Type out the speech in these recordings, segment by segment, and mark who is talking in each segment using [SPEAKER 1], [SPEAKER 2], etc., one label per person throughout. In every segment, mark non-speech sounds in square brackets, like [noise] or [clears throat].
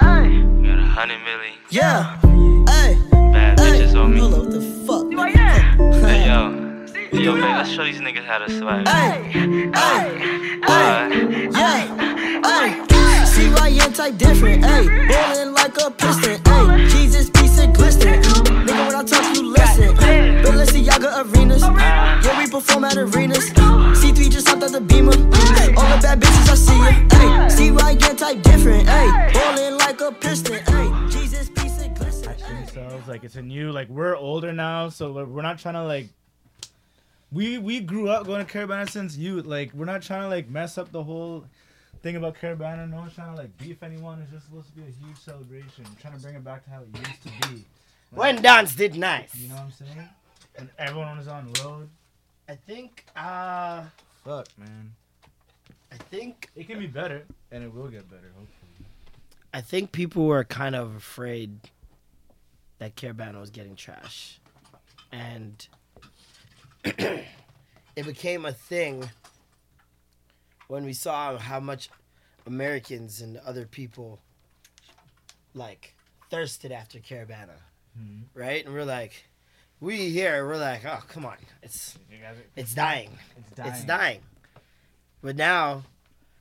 [SPEAKER 1] Ay,
[SPEAKER 2] Got a hundred million
[SPEAKER 3] Yeah. Hey.
[SPEAKER 2] bad bitches on me.
[SPEAKER 3] What the fuck?
[SPEAKER 1] do I hear?
[SPEAKER 2] Hey yo, yo, man, let's show these niggas how to survive.
[SPEAKER 3] Hey. Hey.
[SPEAKER 2] Alright.
[SPEAKER 3] Yeah. Hey. See why you type different. Hey. Ballin' like a piston. Hey. Jesus, peace and glisten. Nigga, when I talk, you listen. Ay, Balenciaga arenas. Yeah, we perform at arenas. C3 just hopped out the beamer. All the bad bitches, I see it. Hey. See why you type different. Hey. Ballin' like a piston. Hey. Jesus, peace and glisten. Ay.
[SPEAKER 4] themselves. Like it's a new like we're older now, so we're, we're not trying to like we we grew up going to Carabana since youth. Like we're not trying to like mess up the whole thing about Carabana. No one's trying to like beef anyone. It's just supposed to be a huge celebration. We're trying to bring it back to how it used to be.
[SPEAKER 5] When dance did nice.
[SPEAKER 4] You know what I'm saying? And everyone was on road.
[SPEAKER 5] I think uh
[SPEAKER 4] Fuck man,
[SPEAKER 5] I think
[SPEAKER 4] it can be better, and it will get better. Hopefully.
[SPEAKER 5] I think people were kind of afraid that Carabana was getting trash. And [clears throat] it became a thing when we saw how much Americans and other people like thirsted after Carabana. Right? And we're like, we here, we're like, oh come on. It's
[SPEAKER 4] You guys are-
[SPEAKER 5] it's dying.
[SPEAKER 4] it's dying.
[SPEAKER 5] It's dying. But now,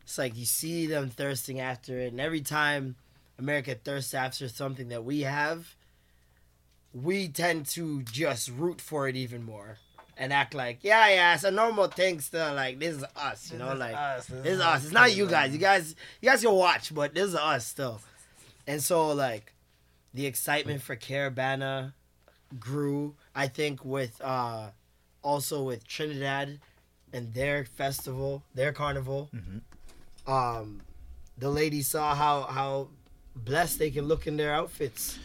[SPEAKER 5] it's like you see them thirsting after it, and every time America thirsts after something that we have, we tend to just root for it even more and act like, yeah, yeah, it's a normal thing still. Like this is us, you know,
[SPEAKER 4] is
[SPEAKER 5] like
[SPEAKER 4] us, this
[SPEAKER 5] this
[SPEAKER 4] is
[SPEAKER 5] is us. It's not you guys. You guys, you guys can watch, but this is us still. And so like, the excitement for Carabana grew. I think with uh also with Trinidad and their festival, their carnival. Um, the ladies saw how how blessed they can look in their outfits.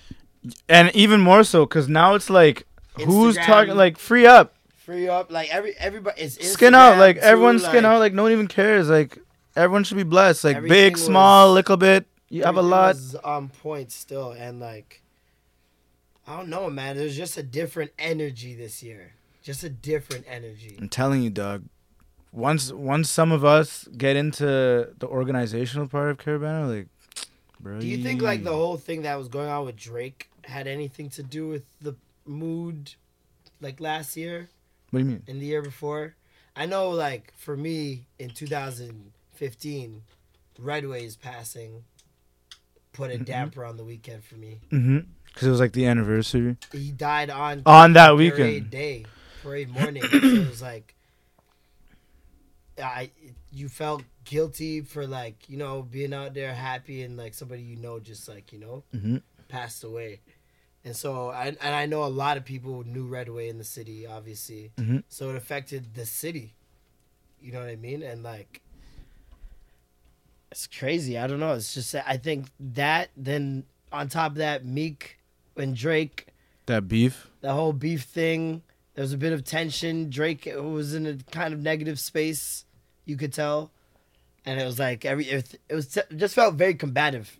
[SPEAKER 4] And even more so, cause now it's like, who's
[SPEAKER 5] Instagram.
[SPEAKER 4] talking? Like free up.
[SPEAKER 5] Free up, like every everybody is
[SPEAKER 4] skin out like everyone skin out like no one even cares like everyone should be blessed like
[SPEAKER 5] Everything
[SPEAKER 4] big small
[SPEAKER 5] was-
[SPEAKER 4] little bit you have a lot
[SPEAKER 5] on point still, and like I don't know, man. There's just a different energy this year. Just a different energy.
[SPEAKER 4] i'm telling you doug once once some of us get into the organizational part of caravana like bro
[SPEAKER 5] Do you think like the whole thing that was going on with Drake had anything to do with the mood, like last year?
[SPEAKER 4] what do you mean
[SPEAKER 5] in the year before. I know, like for me in 2015, Redway's passing put a damper on the weekend for me.
[SPEAKER 4] mm-hmm because it was like the anniversary
[SPEAKER 5] He died on
[SPEAKER 4] on that
[SPEAKER 5] parade
[SPEAKER 4] weekend
[SPEAKER 5] day, parade morning. so it was like, I you felt guilty for like you know being out there happy and like somebody you know just like you know
[SPEAKER 4] Mhm.
[SPEAKER 5] passed away. And so, I, and I know a lot of people knew Redway in the city, obviously.
[SPEAKER 4] Mhm.
[SPEAKER 5] So it affected the city. You know what I mean? And like, it's crazy. I don't know. It's just, I think that, then on top of that, Meek and Drake
[SPEAKER 4] that beef
[SPEAKER 5] the whole beef thing. There was a bit of tension. Drake was in a kind of negative space, you could tell, and it was like every it, it was it just felt very combative,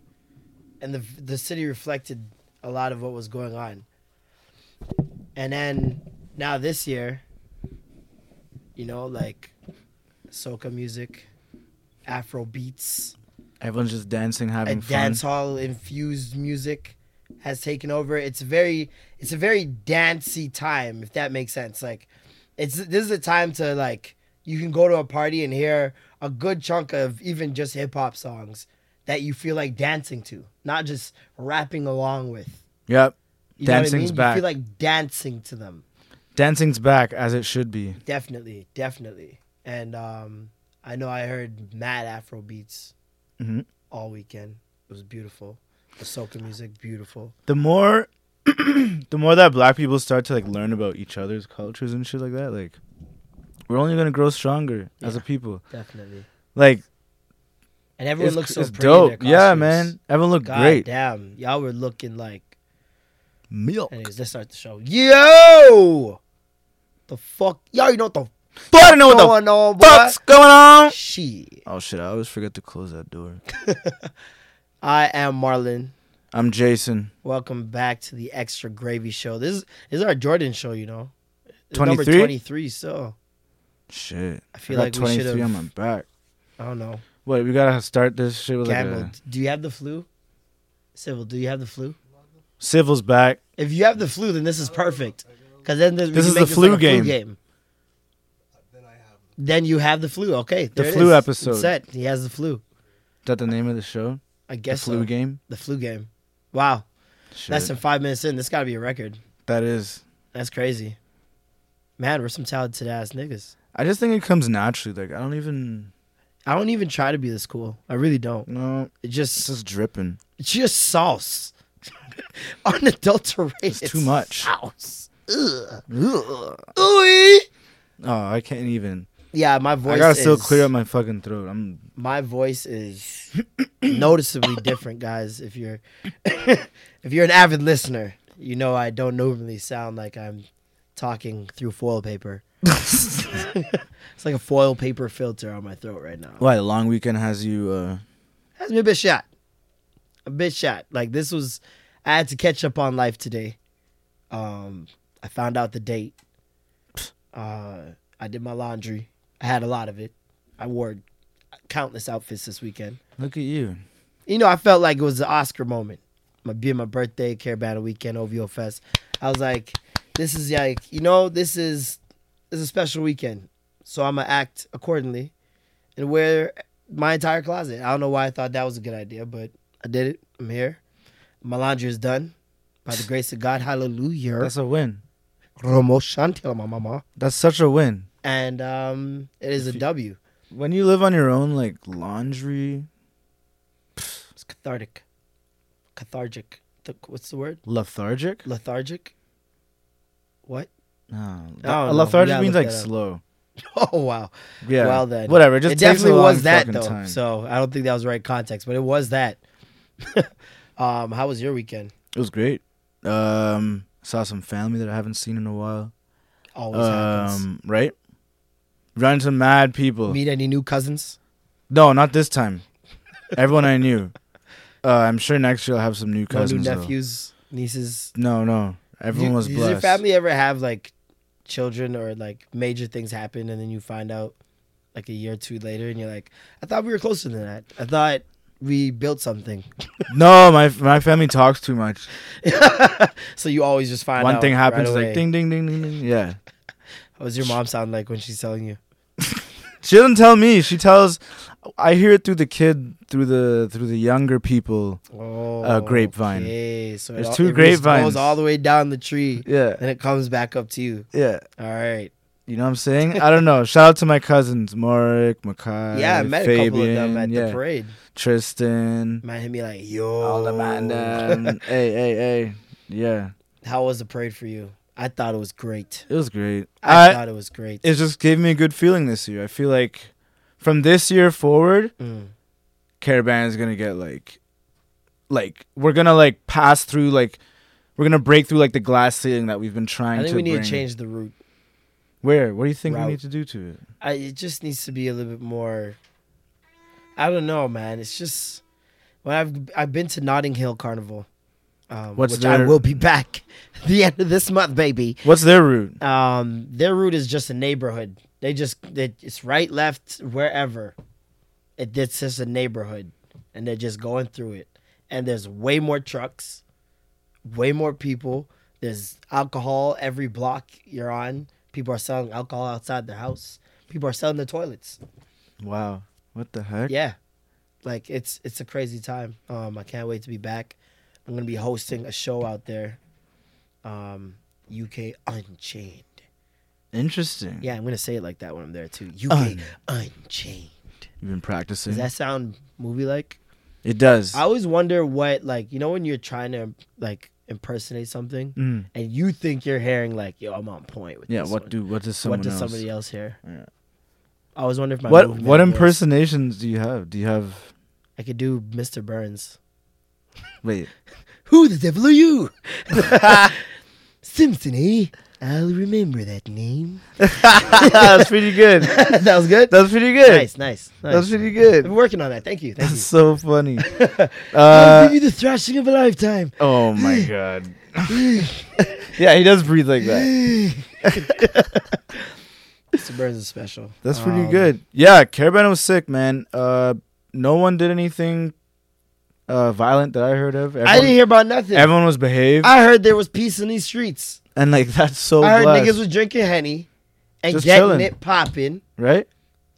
[SPEAKER 5] and the the city reflected a lot of what was going on. And then now this year, you know, like soca music, Afro beats
[SPEAKER 4] everyone's just dancing having
[SPEAKER 5] a
[SPEAKER 4] fun
[SPEAKER 5] dance hall infused music has taken over. It's very it's a very dancey time, if that makes sense. Like it's this is a time to like you can go to a party and hear a good chunk of even just hip hop songs that you feel like dancing to, not just rapping along with.
[SPEAKER 4] yep
[SPEAKER 5] You know what I
[SPEAKER 4] dancing's
[SPEAKER 5] mean?
[SPEAKER 4] back
[SPEAKER 5] You feel like dancing to them.
[SPEAKER 4] dancing's back as it should be
[SPEAKER 5] Definitely, definitely. And um I know I heard mad Afro beats
[SPEAKER 4] Mhm.
[SPEAKER 5] all weekend. It was beautiful. The
[SPEAKER 4] [sighs]
[SPEAKER 5] soca music, beautiful.
[SPEAKER 4] the more [clears throat] the more that black people start to like learn about each other's cultures and shit like that like We're only gonna grow stronger as a people.
[SPEAKER 5] Definitely.
[SPEAKER 4] Like
[SPEAKER 5] And everyone
[SPEAKER 4] it's,
[SPEAKER 5] looks so
[SPEAKER 4] it's
[SPEAKER 5] pretty in their
[SPEAKER 4] dope. Yeah,
[SPEAKER 5] costumes.
[SPEAKER 4] man. Everyone looked
[SPEAKER 5] God
[SPEAKER 4] great.
[SPEAKER 5] damn, y'all were looking like.
[SPEAKER 4] Milk.
[SPEAKER 5] Anyways, let's start the show. Yo, the fuck, y'all, you know what the
[SPEAKER 4] But I don't know what
[SPEAKER 5] going
[SPEAKER 4] the
[SPEAKER 5] on, boy?
[SPEAKER 4] fuck's going on.
[SPEAKER 5] Shit,
[SPEAKER 4] Oh shit! I always forget to close that door.
[SPEAKER 5] I am Marlon.
[SPEAKER 4] I'm Jason.
[SPEAKER 5] Welcome back to the Extra Gravy Show. This is, this is our Jordan show, you know. It's Number
[SPEAKER 4] 23?
[SPEAKER 5] 23, so
[SPEAKER 4] Shit.
[SPEAKER 5] I feel
[SPEAKER 4] got
[SPEAKER 5] like we should have-
[SPEAKER 4] on my back.
[SPEAKER 5] I don't know.
[SPEAKER 4] Wait, we gotta start this shit with
[SPEAKER 5] Gambled.
[SPEAKER 4] like a
[SPEAKER 5] do you have the flu? Civil, do you have the flu?
[SPEAKER 4] civil's back.
[SPEAKER 5] If you have the flu, then this is perfect. Because then this, we
[SPEAKER 4] This
[SPEAKER 5] can
[SPEAKER 4] is
[SPEAKER 5] make
[SPEAKER 4] the flu
[SPEAKER 5] like a
[SPEAKER 4] game.
[SPEAKER 5] Then you have the flu. Okay, there it
[SPEAKER 4] flu
[SPEAKER 5] is. It's
[SPEAKER 4] episode.
[SPEAKER 5] set. He has the flu.
[SPEAKER 4] Is that the name of the show?
[SPEAKER 5] I guess
[SPEAKER 4] the flu
[SPEAKER 5] so.
[SPEAKER 4] game.
[SPEAKER 5] The flu game. Wow,
[SPEAKER 4] Shit.
[SPEAKER 5] less than five minutes in. This got to be a record.
[SPEAKER 4] that is.
[SPEAKER 5] That's crazy. Man, we're some talented ass niggas.
[SPEAKER 4] I just think it comes naturally. Like I don't even
[SPEAKER 5] I don't even try to be this cool. I really don't.
[SPEAKER 4] know.
[SPEAKER 5] It
[SPEAKER 4] It's
[SPEAKER 5] just,
[SPEAKER 4] just dripping.
[SPEAKER 5] it's just sauce. [laughs] Unadulterated.
[SPEAKER 4] It's too much.
[SPEAKER 5] Sauce. Ugh. Ooh.
[SPEAKER 4] Oh, I can't even.
[SPEAKER 5] Yeah, my voice.
[SPEAKER 4] I gotta still
[SPEAKER 5] is-
[SPEAKER 4] clear up my fucking throat. I'm
[SPEAKER 5] my voice is [clears throat] noticeably different, guys. If you're [laughs] if you're an avid listener, you know I don't normally sound like I'm talking through foil paper. [laughs] it's like a foil paper filter on my throat right now.
[SPEAKER 4] why the long weekend has you. uh
[SPEAKER 5] That's me a bit shot. A bit shot. Like this was I had to catch up on life today. Um I found out the date. Uh I did my laundry. I had a lot of it. I wore countless outfits this weekend.
[SPEAKER 4] Look at you.
[SPEAKER 5] You know, I felt like it was the Oscar moment. My being my birthday, Care Battle Weekend, OVO Fest. I was like, this is like, you know, this is this is a special weekend. So I'm gonna act accordingly and wear my entire closet. I don't know why I thought that was a good idea, but I did it. I'm here. My laundry is done. By the grace of God, hallelujah.
[SPEAKER 4] That's a win.
[SPEAKER 5] Romo Chantel, my mama.
[SPEAKER 4] That's such a win.
[SPEAKER 5] And um, it is a W.
[SPEAKER 4] When you live on your own, like laundry,
[SPEAKER 5] It's cathartic. Cathargic. The- What's the word?
[SPEAKER 4] lethargic.
[SPEAKER 5] Lethargic? What? [laughs]
[SPEAKER 4] No,
[SPEAKER 5] know. We
[SPEAKER 4] lethargic
[SPEAKER 5] gotta
[SPEAKER 4] means
[SPEAKER 5] look
[SPEAKER 4] like
[SPEAKER 5] that up.
[SPEAKER 4] slow.
[SPEAKER 5] Oh wow.
[SPEAKER 4] Yeah.
[SPEAKER 5] Well then.
[SPEAKER 4] Whatever. It just
[SPEAKER 5] it
[SPEAKER 4] takes
[SPEAKER 5] definitely
[SPEAKER 4] a long
[SPEAKER 5] was that
[SPEAKER 4] fucking
[SPEAKER 5] though.
[SPEAKER 4] Time.
[SPEAKER 5] So I don't think that was the right context, but it was that. [laughs] um, how was your weekend?
[SPEAKER 4] it was great. Um, saw some family that I haven't seen in a while.
[SPEAKER 5] Always happens.
[SPEAKER 4] Um, right. Run some mad people.
[SPEAKER 5] Meet any new cousins?
[SPEAKER 4] No, not this time. Everyone I knew. Uh, I'm sure next year I'll have some new
[SPEAKER 5] No new
[SPEAKER 4] cousins. though.
[SPEAKER 5] nephews, nieces.
[SPEAKER 4] No, no. Everyone
[SPEAKER 5] Do-
[SPEAKER 4] was
[SPEAKER 5] does
[SPEAKER 4] blessed.
[SPEAKER 5] your family ever have like children or like major things happen and then you find out like a year or two later and you're like, I thought we were closer than that. I thought we built something. [laughs]
[SPEAKER 4] No, my my family talks too much.
[SPEAKER 5] so you always just find
[SPEAKER 4] One
[SPEAKER 5] out
[SPEAKER 4] thing happens,
[SPEAKER 5] right
[SPEAKER 4] like
[SPEAKER 5] away.
[SPEAKER 4] ding, ding, ding, ding, ding. Yeah.
[SPEAKER 5] What does your mom sound like when she's telling you?
[SPEAKER 4] She doesn't tell me. She tells. I hear it through the kid, through the through the younger people.
[SPEAKER 5] Oh,
[SPEAKER 4] grapevine.
[SPEAKER 5] Okay. So it
[SPEAKER 4] There's
[SPEAKER 5] all-
[SPEAKER 4] two
[SPEAKER 5] it reaches-
[SPEAKER 4] grapevines.
[SPEAKER 5] Goes all the way down the tree,
[SPEAKER 4] Yeah,
[SPEAKER 5] and it comes back up to you.
[SPEAKER 4] yeah.
[SPEAKER 5] All right.
[SPEAKER 4] You know what I'm saying? I don't know. Shout out to my cousins, Marek, Makai,
[SPEAKER 5] yeah, I met a
[SPEAKER 4] Fabian,
[SPEAKER 5] couple of them at
[SPEAKER 4] yeah,
[SPEAKER 5] the parade.
[SPEAKER 4] Tristan,
[SPEAKER 5] Man hit me like, yo,
[SPEAKER 4] Alamanda. and- [laughs] hey, hey, hey. Yeah,
[SPEAKER 5] [laughs] How was the parade for you? I thought it was great.
[SPEAKER 4] it was great.
[SPEAKER 5] I,
[SPEAKER 4] I,
[SPEAKER 5] thought it was great.
[SPEAKER 4] it just gave me a good feeling this year. I feel like from this year forward,
[SPEAKER 5] Mm.
[SPEAKER 4] Caravan is gonna get like, like we're gonna like pass through like. We're gonna break through like the glass ceiling that we've been trying
[SPEAKER 5] I think
[SPEAKER 4] to
[SPEAKER 5] we need
[SPEAKER 4] bring.
[SPEAKER 5] to change the route.
[SPEAKER 4] Where? What do you think
[SPEAKER 5] Route.
[SPEAKER 4] we need to do to it?
[SPEAKER 5] I, it just needs to be a little bit more. I don't know, man. It's just when I've I've been to Notting Hill Carnival, um,
[SPEAKER 4] What's
[SPEAKER 5] which I
[SPEAKER 4] their-
[SPEAKER 5] will be back [laughs] the end of this month, baby.
[SPEAKER 4] What's their route?
[SPEAKER 5] um, their route is just a neighborhood. They just they, it's right, left, wherever. It, it's just a neighborhood, and they're just going through it. And there's way more trucks, way more people. There's alcohol every block you're on. People are selling alcohol outside their house. People are selling their toilets.
[SPEAKER 4] Wow. What the heck?
[SPEAKER 5] Yeah, like it's it's a crazy time. Um, I can't wait to be back. I'm gonna be hosting a show out there. Um, UK Unchained.
[SPEAKER 4] Interesting.
[SPEAKER 5] Yeah, I'm gonna say it like that when I'm there too. UK Unchained.
[SPEAKER 4] You've been practicing.
[SPEAKER 5] Does that sound movie like?
[SPEAKER 4] it does.
[SPEAKER 5] I always wonder what like you know when you're trying to like impersonate something,
[SPEAKER 4] Mm.
[SPEAKER 5] and you think you're hearing like, "Yo, I'm on point with
[SPEAKER 4] Yeah,
[SPEAKER 5] this
[SPEAKER 4] what
[SPEAKER 5] one.
[SPEAKER 4] do what does someone
[SPEAKER 5] what does
[SPEAKER 4] else?
[SPEAKER 5] somebody else hear?"
[SPEAKER 4] Yeah.
[SPEAKER 5] I was wondering if my
[SPEAKER 4] what
[SPEAKER 5] movement
[SPEAKER 4] what
[SPEAKER 5] was-
[SPEAKER 4] impersonations do you have? Do you have
[SPEAKER 5] I could do Mr.
[SPEAKER 4] [laughs]
[SPEAKER 5] Burns. [laughs]
[SPEAKER 4] wait?
[SPEAKER 5] Who the devil are [laughs] you? Simpson, eh? I'll remember that
[SPEAKER 4] [laughs]
[SPEAKER 5] name.
[SPEAKER 4] That's pretty good.
[SPEAKER 5] that was good.
[SPEAKER 4] That's pretty good.
[SPEAKER 5] Nice, nice, nice.
[SPEAKER 4] That's pretty
[SPEAKER 5] I've
[SPEAKER 4] good.
[SPEAKER 5] been working on that. Thank you. Thank
[SPEAKER 4] That's
[SPEAKER 5] you. [laughs]
[SPEAKER 4] so funny.
[SPEAKER 5] I'll
[SPEAKER 4] Uh,
[SPEAKER 5] give you the thrashing of a lifetime. [laughs]
[SPEAKER 4] oh my god. yeah, he does breathe like that.
[SPEAKER 5] [laughs] Mr. Burns is special.
[SPEAKER 4] That's pretty
[SPEAKER 5] Um,
[SPEAKER 4] good. Yeah, Caravan was sick, man. Uh, no one did anything uh, violent that I heard of. Everyone,
[SPEAKER 5] I didn't hear about nothing.
[SPEAKER 4] everyone was behaved,
[SPEAKER 5] I heard there was peace in these streets.
[SPEAKER 4] and like that's so
[SPEAKER 5] I heard
[SPEAKER 4] blessed,
[SPEAKER 5] niggas was drinking henny and
[SPEAKER 4] Just
[SPEAKER 5] getting
[SPEAKER 4] chilling.
[SPEAKER 5] it popping.
[SPEAKER 4] right?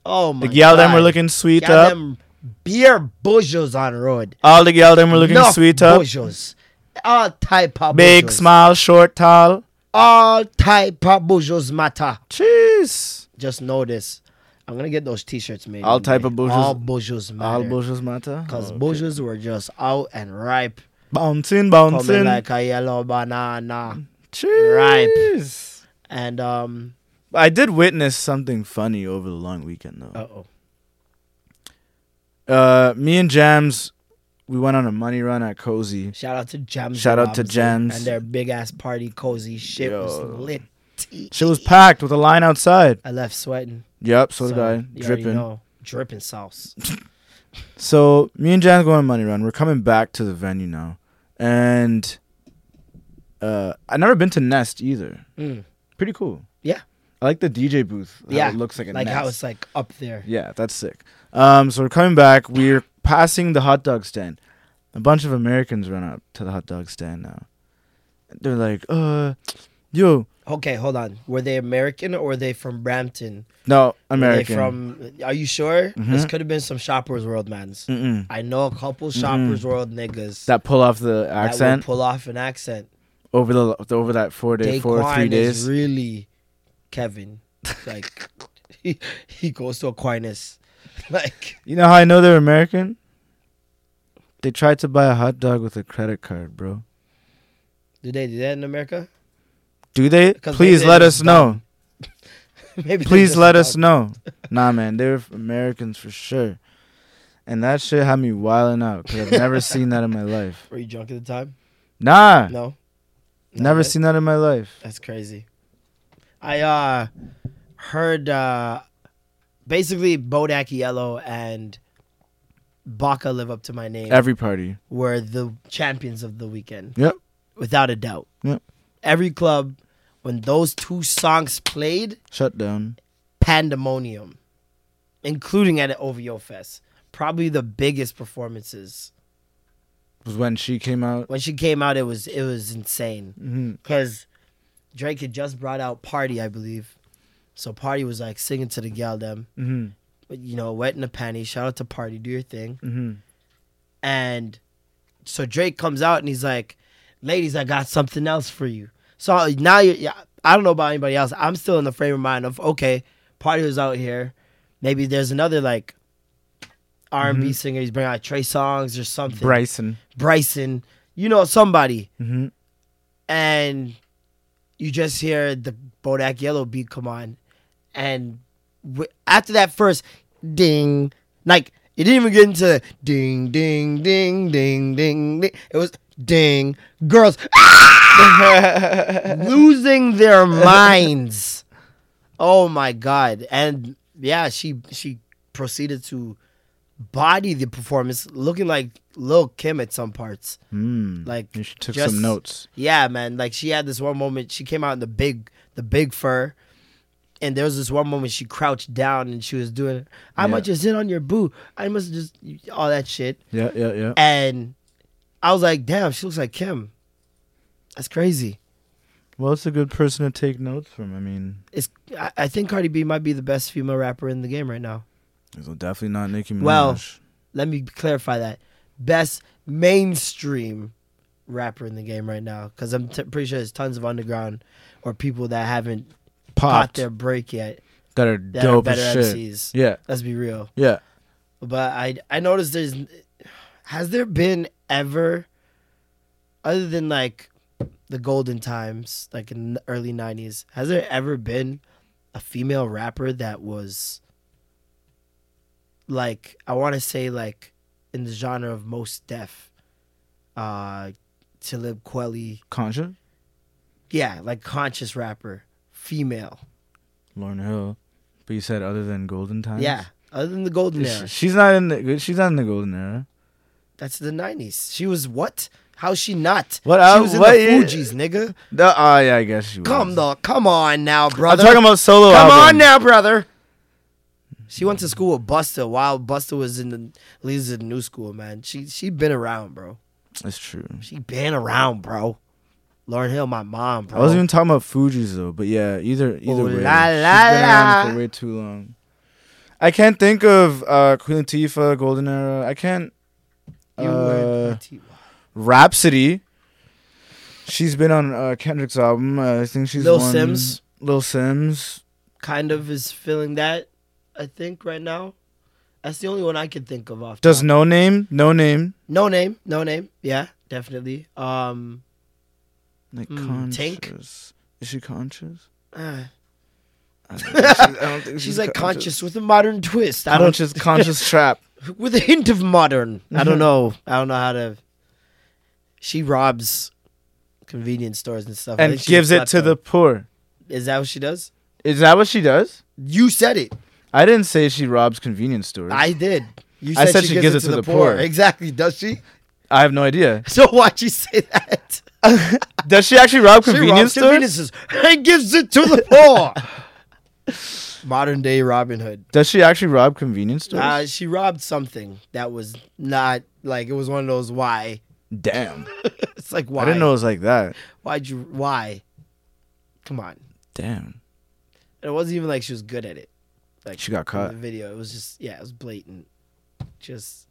[SPEAKER 5] Oh my
[SPEAKER 4] The gal them
[SPEAKER 5] God.
[SPEAKER 4] were looking sweet
[SPEAKER 5] Y'all
[SPEAKER 4] up.
[SPEAKER 5] them beer bojos on road.
[SPEAKER 4] All the gal them were looking
[SPEAKER 5] Enough
[SPEAKER 4] sweet up.
[SPEAKER 5] Bojos. All type of
[SPEAKER 4] Big,
[SPEAKER 5] bojos.
[SPEAKER 4] small, short, tall.
[SPEAKER 5] All type of bojos matter.
[SPEAKER 4] Cheese.
[SPEAKER 5] Just know this. I'm gonna get those T-shirts made.
[SPEAKER 4] All
[SPEAKER 5] one
[SPEAKER 4] type
[SPEAKER 5] day.
[SPEAKER 4] of bojos-
[SPEAKER 5] All bojos
[SPEAKER 4] All
[SPEAKER 5] matter.
[SPEAKER 4] bushels matter.
[SPEAKER 5] Cause
[SPEAKER 4] Oh,
[SPEAKER 5] bojos were just out and ripe,
[SPEAKER 4] bouncing,
[SPEAKER 5] coming
[SPEAKER 4] bouncing.
[SPEAKER 5] like a yellow banana. ripe.
[SPEAKER 4] Cheese.
[SPEAKER 5] And um,
[SPEAKER 4] I did witness something funny over the long weekend though.
[SPEAKER 5] uh oh,
[SPEAKER 4] Uh, me and Jams, we went on a money run at Cozy.
[SPEAKER 5] shout out to Jams.
[SPEAKER 4] Shout out to
[SPEAKER 5] Robinson
[SPEAKER 4] Jams.
[SPEAKER 5] and their big ass party cozy shit was
[SPEAKER 4] Yo.
[SPEAKER 5] lit.
[SPEAKER 4] Shit was packed with a line outside.
[SPEAKER 5] I left sweating.
[SPEAKER 4] Yep, so, did
[SPEAKER 5] you
[SPEAKER 4] I.
[SPEAKER 5] already
[SPEAKER 4] Dripping.
[SPEAKER 5] know. dripping sauce.
[SPEAKER 4] So me and Jan go on money run. We're coming back to the venue now, and uh, I've never been to Nest either.
[SPEAKER 5] Mm.
[SPEAKER 4] Pretty cool.
[SPEAKER 5] Yeah.
[SPEAKER 4] I like the DJ booth. how
[SPEAKER 5] yeah,
[SPEAKER 4] it looks like a
[SPEAKER 5] like
[SPEAKER 4] nest.
[SPEAKER 5] how it's like up there.
[SPEAKER 4] Yeah, that's sick. Um, so we're coming back. We're passing the hot dog stand. A bunch of Americans run up to the hot dog stand now. They're like, "Uh, yo,
[SPEAKER 5] Okay, hold on. Were they American or were they from Brampton?
[SPEAKER 4] no,
[SPEAKER 5] Were they
[SPEAKER 4] American." Mm-hmm.
[SPEAKER 5] from? Are you sure? This could have been some Shoppers World mans.
[SPEAKER 4] Mm-mm.
[SPEAKER 5] I know a couple Shoppers World niggas
[SPEAKER 4] Mm. Mm-hmm. that pull off the
[SPEAKER 5] that
[SPEAKER 4] accent
[SPEAKER 5] will pull off an accent.
[SPEAKER 4] over the over that four day, four or
[SPEAKER 5] Daquan
[SPEAKER 4] three days.
[SPEAKER 5] is really Kevin. Like [laughs] he, he goes to Aquinas. [laughs] Like
[SPEAKER 4] You know how I know they're American? They tried to buy a hot dog with a credit card, bro.
[SPEAKER 5] do they do that in America? [laughs]
[SPEAKER 4] Do they?
[SPEAKER 5] 'Cause
[SPEAKER 4] Please
[SPEAKER 5] maybe
[SPEAKER 4] let
[SPEAKER 5] they're
[SPEAKER 4] us
[SPEAKER 5] just
[SPEAKER 4] know.
[SPEAKER 5] Maybe [laughs] they're
[SPEAKER 4] Please
[SPEAKER 5] just
[SPEAKER 4] let
[SPEAKER 5] dumb.
[SPEAKER 4] us know. Nah, man, they're Americans for sure. And that shit had me wilding out because
[SPEAKER 5] [laughs]
[SPEAKER 4] I've never seen that in my life.
[SPEAKER 5] Were you drunk at the time?
[SPEAKER 4] Nah,
[SPEAKER 5] No. Not
[SPEAKER 4] never
[SPEAKER 5] yet?
[SPEAKER 4] seen that in my life.
[SPEAKER 5] That's crazy. I uh heard uh basically Bodak Yellow and Baca live up to my name
[SPEAKER 4] Every party.
[SPEAKER 5] were the champions of the weekend.
[SPEAKER 4] Yep.
[SPEAKER 5] Without a doubt.
[SPEAKER 4] Yep.
[SPEAKER 5] Every club when those two songs played,
[SPEAKER 4] Shut down.
[SPEAKER 5] pandemonium, including at an OVO Fest. Probably the biggest performances.
[SPEAKER 4] Was when she came out.
[SPEAKER 5] When she came out, it was it was insane
[SPEAKER 4] Mhm.
[SPEAKER 5] because Drake had just brought out Party, I believe. So Party was like singing to the gal them,
[SPEAKER 4] Mhm.
[SPEAKER 5] you know, wet in the panty. Shout out to Party, do your thing.
[SPEAKER 4] Mhm.
[SPEAKER 5] And so Drake comes out and he's like, "Ladies, I got something else for you." So now you're, yeah, I don't know about anybody else. I'm still in the frame of mind of okay, party was out here. Maybe there's another like R&B singer. He's bringing out Trey Songs or something.
[SPEAKER 4] Bryson.
[SPEAKER 5] Bryson, you know somebody,
[SPEAKER 4] Mhm.
[SPEAKER 5] and you just hear the Bodak Yellow beat come on, and w- after that first ding, like it didn't even get into the ding, ding, ding, ding, ding, ding. It was ding, girls "Ah!" losing their minds. Oh my god! And yeah, she she proceeded to body the performance, looking like Lil Kim at some parts.
[SPEAKER 4] Mm.
[SPEAKER 5] Like
[SPEAKER 4] You should took
[SPEAKER 5] just-
[SPEAKER 4] some notes.
[SPEAKER 5] Yeah, man. Like she had this one moment. She came out in the big the big fur, and there was this one moment she crouched down and she was doing. I
[SPEAKER 4] Yeah.
[SPEAKER 5] must just sit on your boot. I must just all that shit.
[SPEAKER 4] Yeah, yeah, yeah.
[SPEAKER 5] And I was like, damn, she looks like Kim. That's crazy.
[SPEAKER 4] Well, it's a good person to take notes from. I mean,
[SPEAKER 5] It's. I, I think Cardi B might be the best female rapper in the game right now.
[SPEAKER 4] it's definitely not Nicki Minaj.
[SPEAKER 5] Well, let me clarify that best mainstream rapper in the game right now because i'm t- pretty sure there's tons of underground or people that haven't caught
[SPEAKER 4] Popped.
[SPEAKER 5] their break yet
[SPEAKER 4] that are
[SPEAKER 5] that
[SPEAKER 4] dope
[SPEAKER 5] are better
[SPEAKER 4] as shit.
[SPEAKER 5] mcs
[SPEAKER 4] Yeah,
[SPEAKER 5] let's be real
[SPEAKER 4] yeah.
[SPEAKER 5] but i i noticed there's has there been ever other than like the golden times, like in the early '90s, has there ever been a female rapper that was like I want to say like in the genre of most deaf, uh, Talib Kweli,
[SPEAKER 4] Concha,
[SPEAKER 5] yeah, like conscious rapper, female,
[SPEAKER 4] Lauren Hill. But you said other than Golden Times.
[SPEAKER 5] yeah. Other than the golden
[SPEAKER 4] Is she-
[SPEAKER 5] era,
[SPEAKER 4] she's not in the. She's not in the Golden Era.
[SPEAKER 5] that's the '90s. She was what? How's she not?
[SPEAKER 4] What
[SPEAKER 5] She
[SPEAKER 4] al-
[SPEAKER 5] was in
[SPEAKER 4] what
[SPEAKER 5] the
[SPEAKER 4] year-
[SPEAKER 5] Fugees, nigga.
[SPEAKER 4] The, uh, yeah, I guess she.
[SPEAKER 5] Come
[SPEAKER 4] was.
[SPEAKER 5] the, come on now,
[SPEAKER 4] I'm
[SPEAKER 5] brother.
[SPEAKER 4] talking about solo.
[SPEAKER 5] Come
[SPEAKER 4] album.
[SPEAKER 5] on now, brother. She went to school with Buster while Buster was in the leads of the new school, man. She she been around, bro.
[SPEAKER 4] That's true.
[SPEAKER 5] She been around, bro. Lauren Hill, my mom, bro.
[SPEAKER 4] I wasn't even talking about Fuji's though, but yeah, either either
[SPEAKER 5] Ooh
[SPEAKER 4] way,
[SPEAKER 5] Oh, la
[SPEAKER 4] she's
[SPEAKER 5] la
[SPEAKER 4] been around
[SPEAKER 5] la.
[SPEAKER 4] for way too long. I can't think of uh, Queen Latifah, Golden Era. I can't.
[SPEAKER 5] You were-
[SPEAKER 4] uh, Rhapsody. She's been on uh, Kendrick's album. Uh, I think she's
[SPEAKER 5] Lil
[SPEAKER 4] won-
[SPEAKER 5] Sims.
[SPEAKER 4] Lil Sims.
[SPEAKER 5] kind of is feeling that, I think, right now. That's the only one I can think of off.
[SPEAKER 4] Does
[SPEAKER 5] top.
[SPEAKER 4] no name, no name.
[SPEAKER 5] no name, no name. Yeah, definitely. Um,
[SPEAKER 4] Like
[SPEAKER 5] Mm, Tank?
[SPEAKER 4] conscious. Is she conscious?
[SPEAKER 5] uh, [laughs]
[SPEAKER 4] I don't think she- I don't think
[SPEAKER 5] she's, like conscious with a modern twist. I don't
[SPEAKER 4] Conscious, [laughs] conscious trap.
[SPEAKER 5] with a hint of modern. I
[SPEAKER 4] [laughs]
[SPEAKER 5] don't know. I don't know how to. She robs convenience stores and stuff I
[SPEAKER 4] And
[SPEAKER 5] think she's a
[SPEAKER 4] gives it to the
[SPEAKER 5] klepto.
[SPEAKER 4] poor.
[SPEAKER 5] Is that what she does?
[SPEAKER 4] Is that what she does?
[SPEAKER 5] You said it.
[SPEAKER 4] I didn't say she robs convenience stores.
[SPEAKER 5] I did. You
[SPEAKER 4] I said she gives it to the poor.
[SPEAKER 5] Exactly. Does she? [laughs]
[SPEAKER 4] I have no [laughs] idea.
[SPEAKER 5] So why'd you say
[SPEAKER 4] [laughs]
[SPEAKER 5] that?
[SPEAKER 4] Does she actually rob
[SPEAKER 5] She
[SPEAKER 4] convenience
[SPEAKER 5] robs
[SPEAKER 4] stores?
[SPEAKER 5] conveniences and gives it to the poor.
[SPEAKER 4] [laughs]
[SPEAKER 5] modern day Robin Hood.
[SPEAKER 4] Does she actually rob convenience stores?
[SPEAKER 5] Uh, she robbed something that was not like it was one of those why.
[SPEAKER 4] Damn.
[SPEAKER 5] It's like why?
[SPEAKER 4] I didn't know it was like that.
[SPEAKER 5] Why'd you? Why? Come on.
[SPEAKER 4] Damn.
[SPEAKER 5] And it wasn't even like she was good at it. Like
[SPEAKER 4] She got
[SPEAKER 5] from
[SPEAKER 4] caught.
[SPEAKER 5] The video. It was just yeah, it was blatant. Just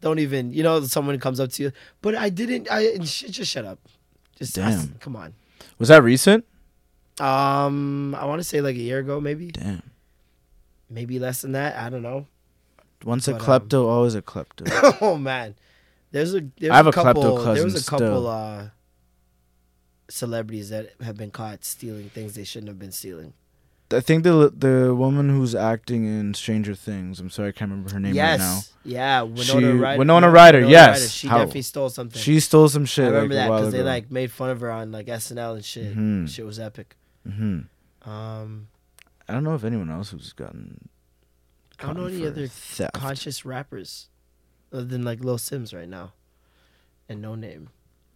[SPEAKER 5] don't even. You know, someone comes up to you, but I didn't. I and sh- just shut up. Just
[SPEAKER 4] Damn.
[SPEAKER 5] come on.
[SPEAKER 4] Was that recent?
[SPEAKER 5] Um, I want to say like a year ago, maybe,
[SPEAKER 4] Damn.
[SPEAKER 5] maybe less than that. I don't know. [laughs]
[SPEAKER 4] Once a
[SPEAKER 5] But, um,
[SPEAKER 4] klepto, always a klepto.
[SPEAKER 5] oh man, there's a there's
[SPEAKER 4] I have a klepto
[SPEAKER 5] couple. there was
[SPEAKER 4] cousin
[SPEAKER 5] a couple
[SPEAKER 4] still.
[SPEAKER 5] uh celebrities that have been caught stealing things they shouldn't have been stealing.
[SPEAKER 4] [laughs] I think the the woman who's acting in Stranger Things. I'm sorry, I can't remember her name
[SPEAKER 5] yes,
[SPEAKER 4] right now.
[SPEAKER 5] yeah, Winona
[SPEAKER 4] She-
[SPEAKER 5] Ryder.
[SPEAKER 4] Winona
[SPEAKER 5] yeah,
[SPEAKER 4] Ryder,
[SPEAKER 5] Winona
[SPEAKER 4] yes.
[SPEAKER 5] she
[SPEAKER 4] How-
[SPEAKER 5] definitely stole something.
[SPEAKER 4] She stole some shit.
[SPEAKER 5] I remember
[SPEAKER 4] like,
[SPEAKER 5] that
[SPEAKER 4] a while
[SPEAKER 5] because they
[SPEAKER 4] ago.
[SPEAKER 5] like made fun of her on like SNL and shit.
[SPEAKER 4] Mhm.
[SPEAKER 5] Shit was epic.
[SPEAKER 4] Mhm.
[SPEAKER 5] Um,
[SPEAKER 4] I don't know if anyone else who's gotten.
[SPEAKER 5] I don't know
[SPEAKER 4] caught
[SPEAKER 5] any
[SPEAKER 4] for
[SPEAKER 5] other
[SPEAKER 4] theft.
[SPEAKER 5] conscious rappers other than like Lil Sims right now, and No Name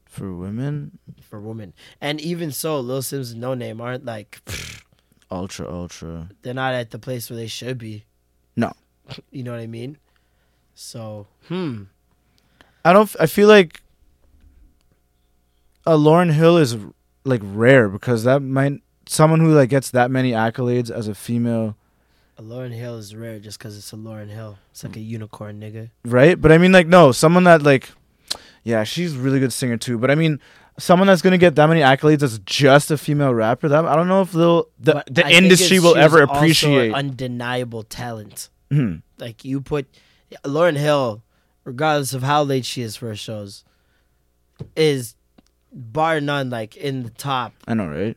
[SPEAKER 4] for women.
[SPEAKER 5] for women. And even so, Lil Sims and No Name aren't like [sniffs]
[SPEAKER 4] Ultra, ultra.
[SPEAKER 5] they're not at the place where they should be.
[SPEAKER 4] No.
[SPEAKER 5] [laughs] you know what I mean. So hmm,
[SPEAKER 4] I don't. f- I feel like a Lauren Hill is like rare because that might someone who like gets that many accolades as a female,
[SPEAKER 5] a Lauren Hill is rare just because it's a Lauren Hill. It's
[SPEAKER 4] Mm.
[SPEAKER 5] like a unicorn, nigga.
[SPEAKER 4] right? But I mean, like, no, someone that like, yeah, she's a really good singer too. But I mean, someone that's gonna get that many accolades as just a female rapper. That I don't know if they'll, the
[SPEAKER 5] But
[SPEAKER 4] the
[SPEAKER 5] I think
[SPEAKER 4] industry
[SPEAKER 5] it's-
[SPEAKER 4] will
[SPEAKER 5] she's
[SPEAKER 4] ever
[SPEAKER 5] also an
[SPEAKER 4] appreciate.
[SPEAKER 5] undeniable talent.
[SPEAKER 4] Mhm.
[SPEAKER 5] Like you put Lauren Hill, regardless of how late she is for her shows, is bar none like in the top
[SPEAKER 4] I know, right?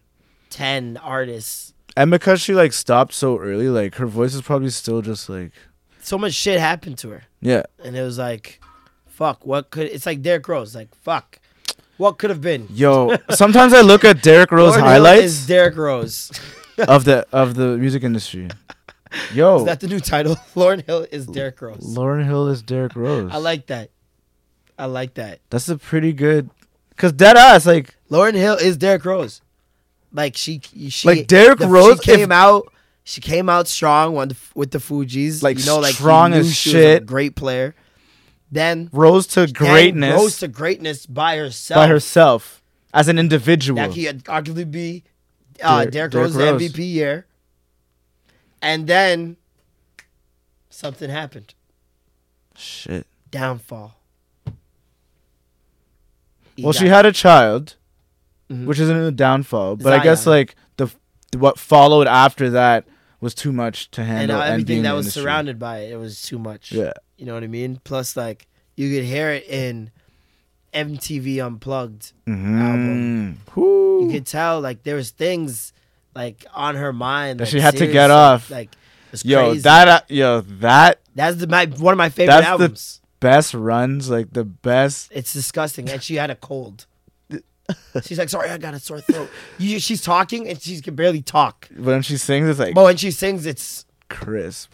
[SPEAKER 5] ten artists.
[SPEAKER 4] And because she like stopped so early, like her voice is probably still just like,
[SPEAKER 5] So much shit happened to her,
[SPEAKER 4] yeah,
[SPEAKER 5] and it was like, fuck. What could? It's like Derrick Rose. Like fuck. What could have been? [laughs]
[SPEAKER 4] yo. sometimes I look at Derrick Rose
[SPEAKER 5] Lauren Hill
[SPEAKER 4] highlights.
[SPEAKER 5] is Derrick Rose.
[SPEAKER 4] of the of the
[SPEAKER 5] [laughs]
[SPEAKER 4] music industry. Yo,
[SPEAKER 5] is that the new title? [laughs] Lauren Hill is Derrick Rose.
[SPEAKER 4] Lauren Hill is Derrick Rose.
[SPEAKER 5] I like that. I like that.
[SPEAKER 4] That's a pretty good. Cause dead ass like
[SPEAKER 5] Lauren Hill is Derrick Rose. Like she, she
[SPEAKER 4] Like Derrick
[SPEAKER 5] the-
[SPEAKER 4] Rose,
[SPEAKER 5] she came
[SPEAKER 4] if-
[SPEAKER 5] out. She came out strong on the, with the Fugees.
[SPEAKER 4] Like,
[SPEAKER 5] you know, like
[SPEAKER 4] strong
[SPEAKER 5] he knew
[SPEAKER 4] as
[SPEAKER 5] she was a
[SPEAKER 4] shit.
[SPEAKER 5] great player. Then
[SPEAKER 4] rose to greatness
[SPEAKER 5] then rose to greatness by herself.
[SPEAKER 4] by herself as an individual.
[SPEAKER 5] That could arguably be uh,
[SPEAKER 4] Der-
[SPEAKER 5] Derrick,
[SPEAKER 4] Derrick
[SPEAKER 5] Rose's
[SPEAKER 4] Rose.
[SPEAKER 5] MVP year. And then something happened.
[SPEAKER 4] Shit.
[SPEAKER 5] Downfall. He
[SPEAKER 4] Well, she
[SPEAKER 5] got-
[SPEAKER 4] had a child,
[SPEAKER 5] Mhm.
[SPEAKER 4] which isn't a downfall, but I guess
[SPEAKER 5] Zion.
[SPEAKER 4] like the what followed after that was too much to handle.
[SPEAKER 5] and uh,
[SPEAKER 4] being
[SPEAKER 5] everything
[SPEAKER 4] in
[SPEAKER 5] that
[SPEAKER 4] the
[SPEAKER 5] was
[SPEAKER 4] industry.
[SPEAKER 5] surrounded by it, it was too much.
[SPEAKER 4] Yeah.
[SPEAKER 5] You know what I mean? Plus, like you could hear it in MTV Unplugged.
[SPEAKER 4] Mm. Whoo.
[SPEAKER 5] You could tell like there was things like on her mind
[SPEAKER 4] That
[SPEAKER 5] like,
[SPEAKER 4] she had to get
[SPEAKER 5] serious,
[SPEAKER 4] off.
[SPEAKER 5] Like it's
[SPEAKER 4] Yo,
[SPEAKER 5] crazy.
[SPEAKER 4] that uh, yo, that
[SPEAKER 5] that's the, my one of my favorite
[SPEAKER 4] that's the-
[SPEAKER 5] albums.
[SPEAKER 4] best runs, like the best.
[SPEAKER 5] It's disgusting. And she had a
[SPEAKER 4] [laughs]
[SPEAKER 5] cold. She's like, sorry, I got a sore throat. You, she's talking and she can barely talk.
[SPEAKER 4] When she sings, it's like
[SPEAKER 5] But when she sings, it's
[SPEAKER 4] crisp.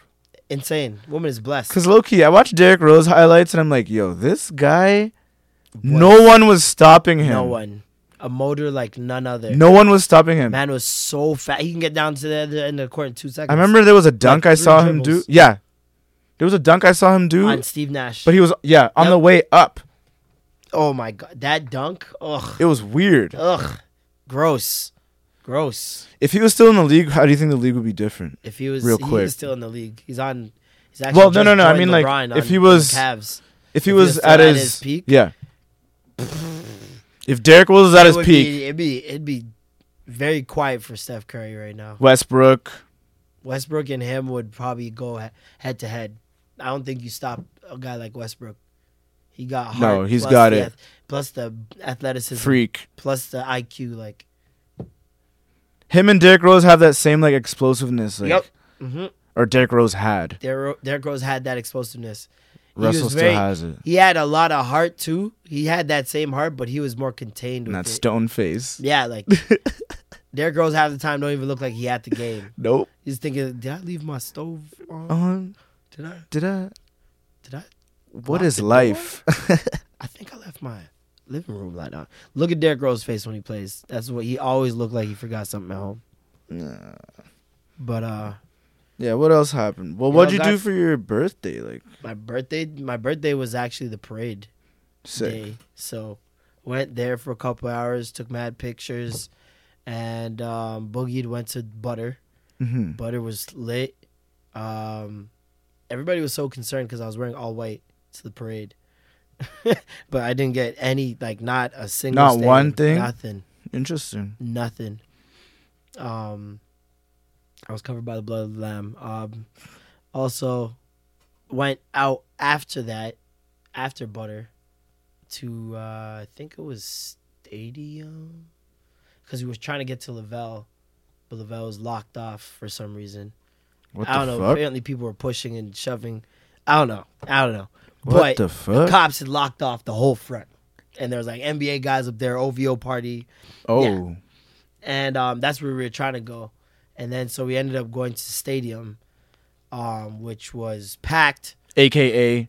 [SPEAKER 5] insane. Woman is blessed.
[SPEAKER 4] Cause low key, I watched Derek Rose highlights, and I'm like, yo, this guy. No one was stopping him.
[SPEAKER 5] No one. A motor like none other.
[SPEAKER 4] No one was stopping him.
[SPEAKER 5] Man was so fat. He can get down to the other end of the court in two seconds.
[SPEAKER 4] I remember there was a dunk I
[SPEAKER 6] three
[SPEAKER 4] saw him do.
[SPEAKER 6] dribbles.
[SPEAKER 4] Yeah, there was a dunk I saw him do,
[SPEAKER 5] on Steve Nash.
[SPEAKER 4] but he was yeah on
[SPEAKER 5] Yep.
[SPEAKER 4] the way up.
[SPEAKER 5] oh my god, that dunk. Ugh,
[SPEAKER 4] It was weird.
[SPEAKER 5] ugh, gross, gross.
[SPEAKER 4] If he was still in the league, how do you think the league would be different?
[SPEAKER 5] If he was
[SPEAKER 4] Real
[SPEAKER 5] he is
[SPEAKER 4] quick.
[SPEAKER 5] still in the league. He's on. He's actually
[SPEAKER 4] Well, no,
[SPEAKER 5] just
[SPEAKER 4] no, no, I
[SPEAKER 5] joined
[SPEAKER 4] mean, like,
[SPEAKER 5] LeBron
[SPEAKER 4] if
[SPEAKER 5] on
[SPEAKER 4] he was-
[SPEAKER 5] the Cavs.
[SPEAKER 4] If he
[SPEAKER 5] If he
[SPEAKER 4] was
[SPEAKER 5] was still
[SPEAKER 4] at
[SPEAKER 5] at
[SPEAKER 4] his,
[SPEAKER 5] his peak?
[SPEAKER 4] yeah. if Derek Rose was at
[SPEAKER 5] it
[SPEAKER 4] his
[SPEAKER 5] would
[SPEAKER 4] peak,
[SPEAKER 5] be, it'd be it'd be very quiet for Steph Curry right now.
[SPEAKER 4] Westbrook,
[SPEAKER 5] Westbrook and him would probably go he- head to head. I don't think you stop a guy like Westbrook. He got heart,
[SPEAKER 4] No, he's
[SPEAKER 5] plus
[SPEAKER 4] got
[SPEAKER 5] the
[SPEAKER 4] it.
[SPEAKER 5] ath- plus the athleticism,
[SPEAKER 4] freak.
[SPEAKER 5] plus the IQ. Like,
[SPEAKER 4] Him and Derek Rose have that same like explosiveness, like,
[SPEAKER 5] hmm
[SPEAKER 4] or Derek Rose had.
[SPEAKER 5] Derrick Derrick Rose had that explosiveness. He
[SPEAKER 4] Russell
[SPEAKER 5] was
[SPEAKER 4] still
[SPEAKER 5] very-
[SPEAKER 4] has it.
[SPEAKER 5] He had a lot of heart too. He had that same heart, but he was more contained.
[SPEAKER 4] And
[SPEAKER 5] With
[SPEAKER 4] that
[SPEAKER 5] it.
[SPEAKER 4] stone face.
[SPEAKER 5] Yeah,
[SPEAKER 4] [laughs]
[SPEAKER 5] like Derrick Rose half the time don't even look like he had the game.
[SPEAKER 4] Nope.
[SPEAKER 5] He's thinking, did I leave my stove on?
[SPEAKER 4] Um,
[SPEAKER 5] Did I?
[SPEAKER 4] did I?
[SPEAKER 5] Did I?
[SPEAKER 4] What is life?
[SPEAKER 5] I think I left my living room light on. Look at Derrick Rose's face when he plays. That's what he always looked like. He forgot something at home. But uh,
[SPEAKER 4] [laughs] yeah. What else happened? Well,
[SPEAKER 5] You
[SPEAKER 4] what'd
[SPEAKER 5] know,
[SPEAKER 4] you do
[SPEAKER 5] that's-
[SPEAKER 4] for your birthday? Like,
[SPEAKER 5] my birthday, my birthday was actually the parade
[SPEAKER 4] sick.
[SPEAKER 5] day. So went there for a couple hours, took mad pictures, and um, boogied. Went to Butter.
[SPEAKER 4] Mm-hmm.
[SPEAKER 5] Butter was lit. Um, everybody was so concerned because I was wearing all white to the parade, [laughs] but I didn't get any like not a single
[SPEAKER 4] Not one
[SPEAKER 5] stand,
[SPEAKER 4] thing?
[SPEAKER 5] nothing.
[SPEAKER 4] Interesting.
[SPEAKER 5] nothing. Um, I was covered by the blood of the lamb. Um, also went out after that, after butter, to uh, I think it was stadium, because we was trying to get to Lavelle, but Lavelle was locked off for some reason.
[SPEAKER 4] What
[SPEAKER 5] I don't
[SPEAKER 4] the
[SPEAKER 5] know.
[SPEAKER 4] fuck?
[SPEAKER 5] Apparently, people were pushing and shoving. I don't know. I don't know.
[SPEAKER 4] What
[SPEAKER 5] but
[SPEAKER 4] the fuck?
[SPEAKER 5] cops had locked off the whole front, and there was like NBA guys up there, OVO party
[SPEAKER 4] oh,
[SPEAKER 5] and um, that's where we were trying to go. And then so we ended up going to the stadium, um, which was packed,
[SPEAKER 4] aka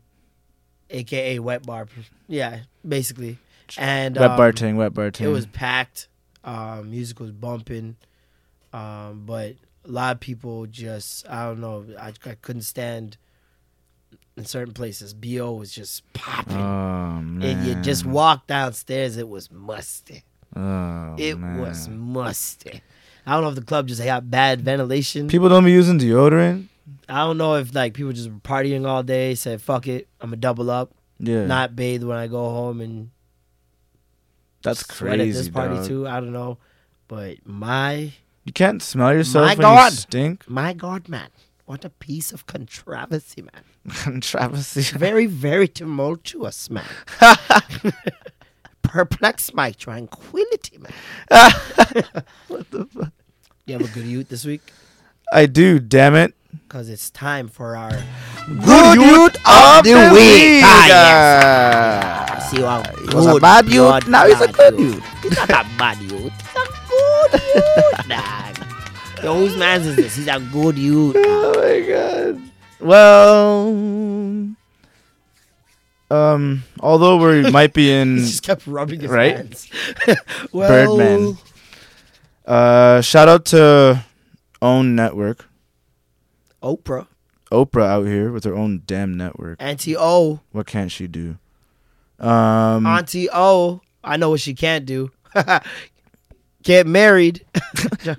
[SPEAKER 5] aka wet bar. Yeah, basically. And
[SPEAKER 4] wet
[SPEAKER 5] um,
[SPEAKER 4] bar ting, wet bar ting.
[SPEAKER 5] It was packed. Um, music was bumping, um, but a lot of people just I don't know. I, I couldn't stand in certain places. Bo was just popping.
[SPEAKER 4] Oh man.
[SPEAKER 5] and you just walked downstairs, it was musty.
[SPEAKER 4] Oh,
[SPEAKER 5] It
[SPEAKER 4] man.
[SPEAKER 5] was musty. I don't know if the club just got bad ventilation.
[SPEAKER 4] People don't be using deodorant.
[SPEAKER 5] I don't know if like people just were partying all day, said fuck it, I'm gonna double up,
[SPEAKER 4] Yeah.
[SPEAKER 5] not bathe when I go home and
[SPEAKER 4] That's
[SPEAKER 5] sweat
[SPEAKER 4] crazy.
[SPEAKER 5] at this party
[SPEAKER 4] dog.
[SPEAKER 5] too. I don't know, but my
[SPEAKER 4] You can't smell yourself
[SPEAKER 5] My
[SPEAKER 4] when
[SPEAKER 5] God.
[SPEAKER 4] you stink. [laughs]
[SPEAKER 5] my god, man, what a piece of controversy, man.
[SPEAKER 4] Controversy.
[SPEAKER 5] Very very tumultuous,
[SPEAKER 4] [laughs]
[SPEAKER 5] man. Perplex my tranquility, man.
[SPEAKER 4] [laughs] What the fuck?
[SPEAKER 5] You have a good youth this week
[SPEAKER 4] I do. Damn it.
[SPEAKER 5] because it's time for our
[SPEAKER 4] Good youth of
[SPEAKER 5] the week. Ah,
[SPEAKER 4] Ah,
[SPEAKER 5] see you out.
[SPEAKER 4] He was a bad youth, now he's a good youth.
[SPEAKER 5] He's not a bad youth. He's a good youth. [laughs] Nah. Yo, whose man's is this? He's a good youth.
[SPEAKER 4] Oh my god. Well. Um. Although [laughs] we might be in.
[SPEAKER 5] kept rubbing his
[SPEAKER 4] Right? [laughs]
[SPEAKER 5] hands.
[SPEAKER 4] Birdman. Uh. Shout out to Own Network.
[SPEAKER 5] Oprah.
[SPEAKER 4] Oprah out here with her own damn network.
[SPEAKER 5] Auntie O.
[SPEAKER 4] What can't she do? Um.
[SPEAKER 5] Auntie O. I know what she can't do. [laughs] Get married. [laughs]
[SPEAKER 4] uh.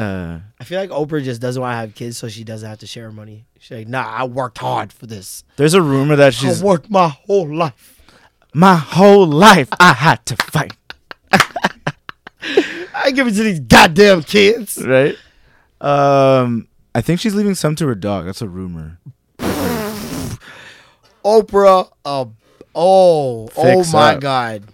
[SPEAKER 5] I feel like Oprah just doesn't want to have kids, so she doesn't have to share her money. She's like, nah, I worked hard for this.
[SPEAKER 4] There's a rumor that she's
[SPEAKER 5] I worked my whole life.
[SPEAKER 4] my whole life. I had to fight.
[SPEAKER 5] I give it to these goddamn kids.
[SPEAKER 4] right? Um, I think she's leaving some to her dog. That's a rumor.
[SPEAKER 5] Oprah, a
[SPEAKER 7] uh, Oh,
[SPEAKER 4] Fix
[SPEAKER 7] oh my
[SPEAKER 4] up.
[SPEAKER 7] God.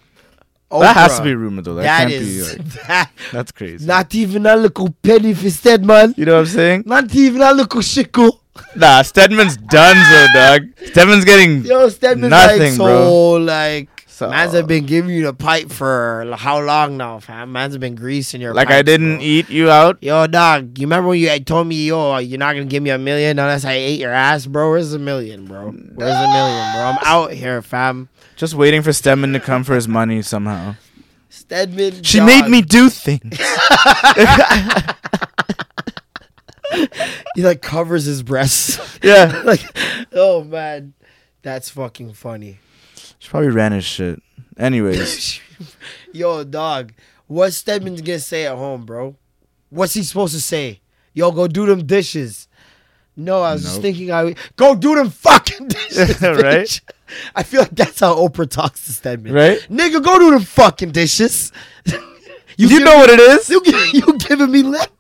[SPEAKER 4] That has
[SPEAKER 7] Oprah.
[SPEAKER 4] to be rumored though. That,
[SPEAKER 7] That
[SPEAKER 4] can't
[SPEAKER 7] is [laughs]
[SPEAKER 4] be like, [laughs]
[SPEAKER 7] that.
[SPEAKER 4] that's crazy.
[SPEAKER 7] Not even a little penny for Stedman.
[SPEAKER 4] you know what I'm saying?
[SPEAKER 7] Not even a little shickle.
[SPEAKER 4] Nah, Stedman's done so dog. Stedman's getting
[SPEAKER 7] Yo, Stedman's like
[SPEAKER 4] Nothing,
[SPEAKER 7] so
[SPEAKER 4] bro.
[SPEAKER 7] like.
[SPEAKER 4] So-
[SPEAKER 7] man's have been giving you the pipe for l- how long now, fam? Man's have been greasing your
[SPEAKER 4] like
[SPEAKER 7] pipes,
[SPEAKER 4] I didn't
[SPEAKER 7] bro.
[SPEAKER 4] eat you out.
[SPEAKER 7] Yo, dog, you remember when you had told me, yo, you're not gonna give me a million unless I ate your ass, bro? Where's a million, bro? Where's a million, bro? I'm out here, fam.
[SPEAKER 4] Just waiting for Stedman to come for his money somehow.
[SPEAKER 7] Stedman.
[SPEAKER 4] She
[SPEAKER 7] dog.
[SPEAKER 4] made me do things.
[SPEAKER 7] He like covers his breasts.
[SPEAKER 4] [laughs]
[SPEAKER 7] [laughs]
[SPEAKER 4] yeah.
[SPEAKER 7] like, oh man, that's fucking funny.
[SPEAKER 4] She probably ran his shit. Anyways.
[SPEAKER 7] Yo, dog, what's Stedman's gonna say at home, bro? What's he supposed to say? Yo, go do them dishes. No, I was just
[SPEAKER 4] Nope.
[SPEAKER 7] thinking I would go do them fucking [laughs] dishes,
[SPEAKER 4] [laughs] Right?
[SPEAKER 7] bitch. I feel like that's how Oprah talks to Stedman.
[SPEAKER 4] Right?
[SPEAKER 7] Nigga, go do them fucking dishes. you
[SPEAKER 4] [laughs] you
[SPEAKER 7] give-
[SPEAKER 4] know what it is?
[SPEAKER 7] you, gi- [laughs] you giving me
[SPEAKER 4] [laughs]
[SPEAKER 7] lip.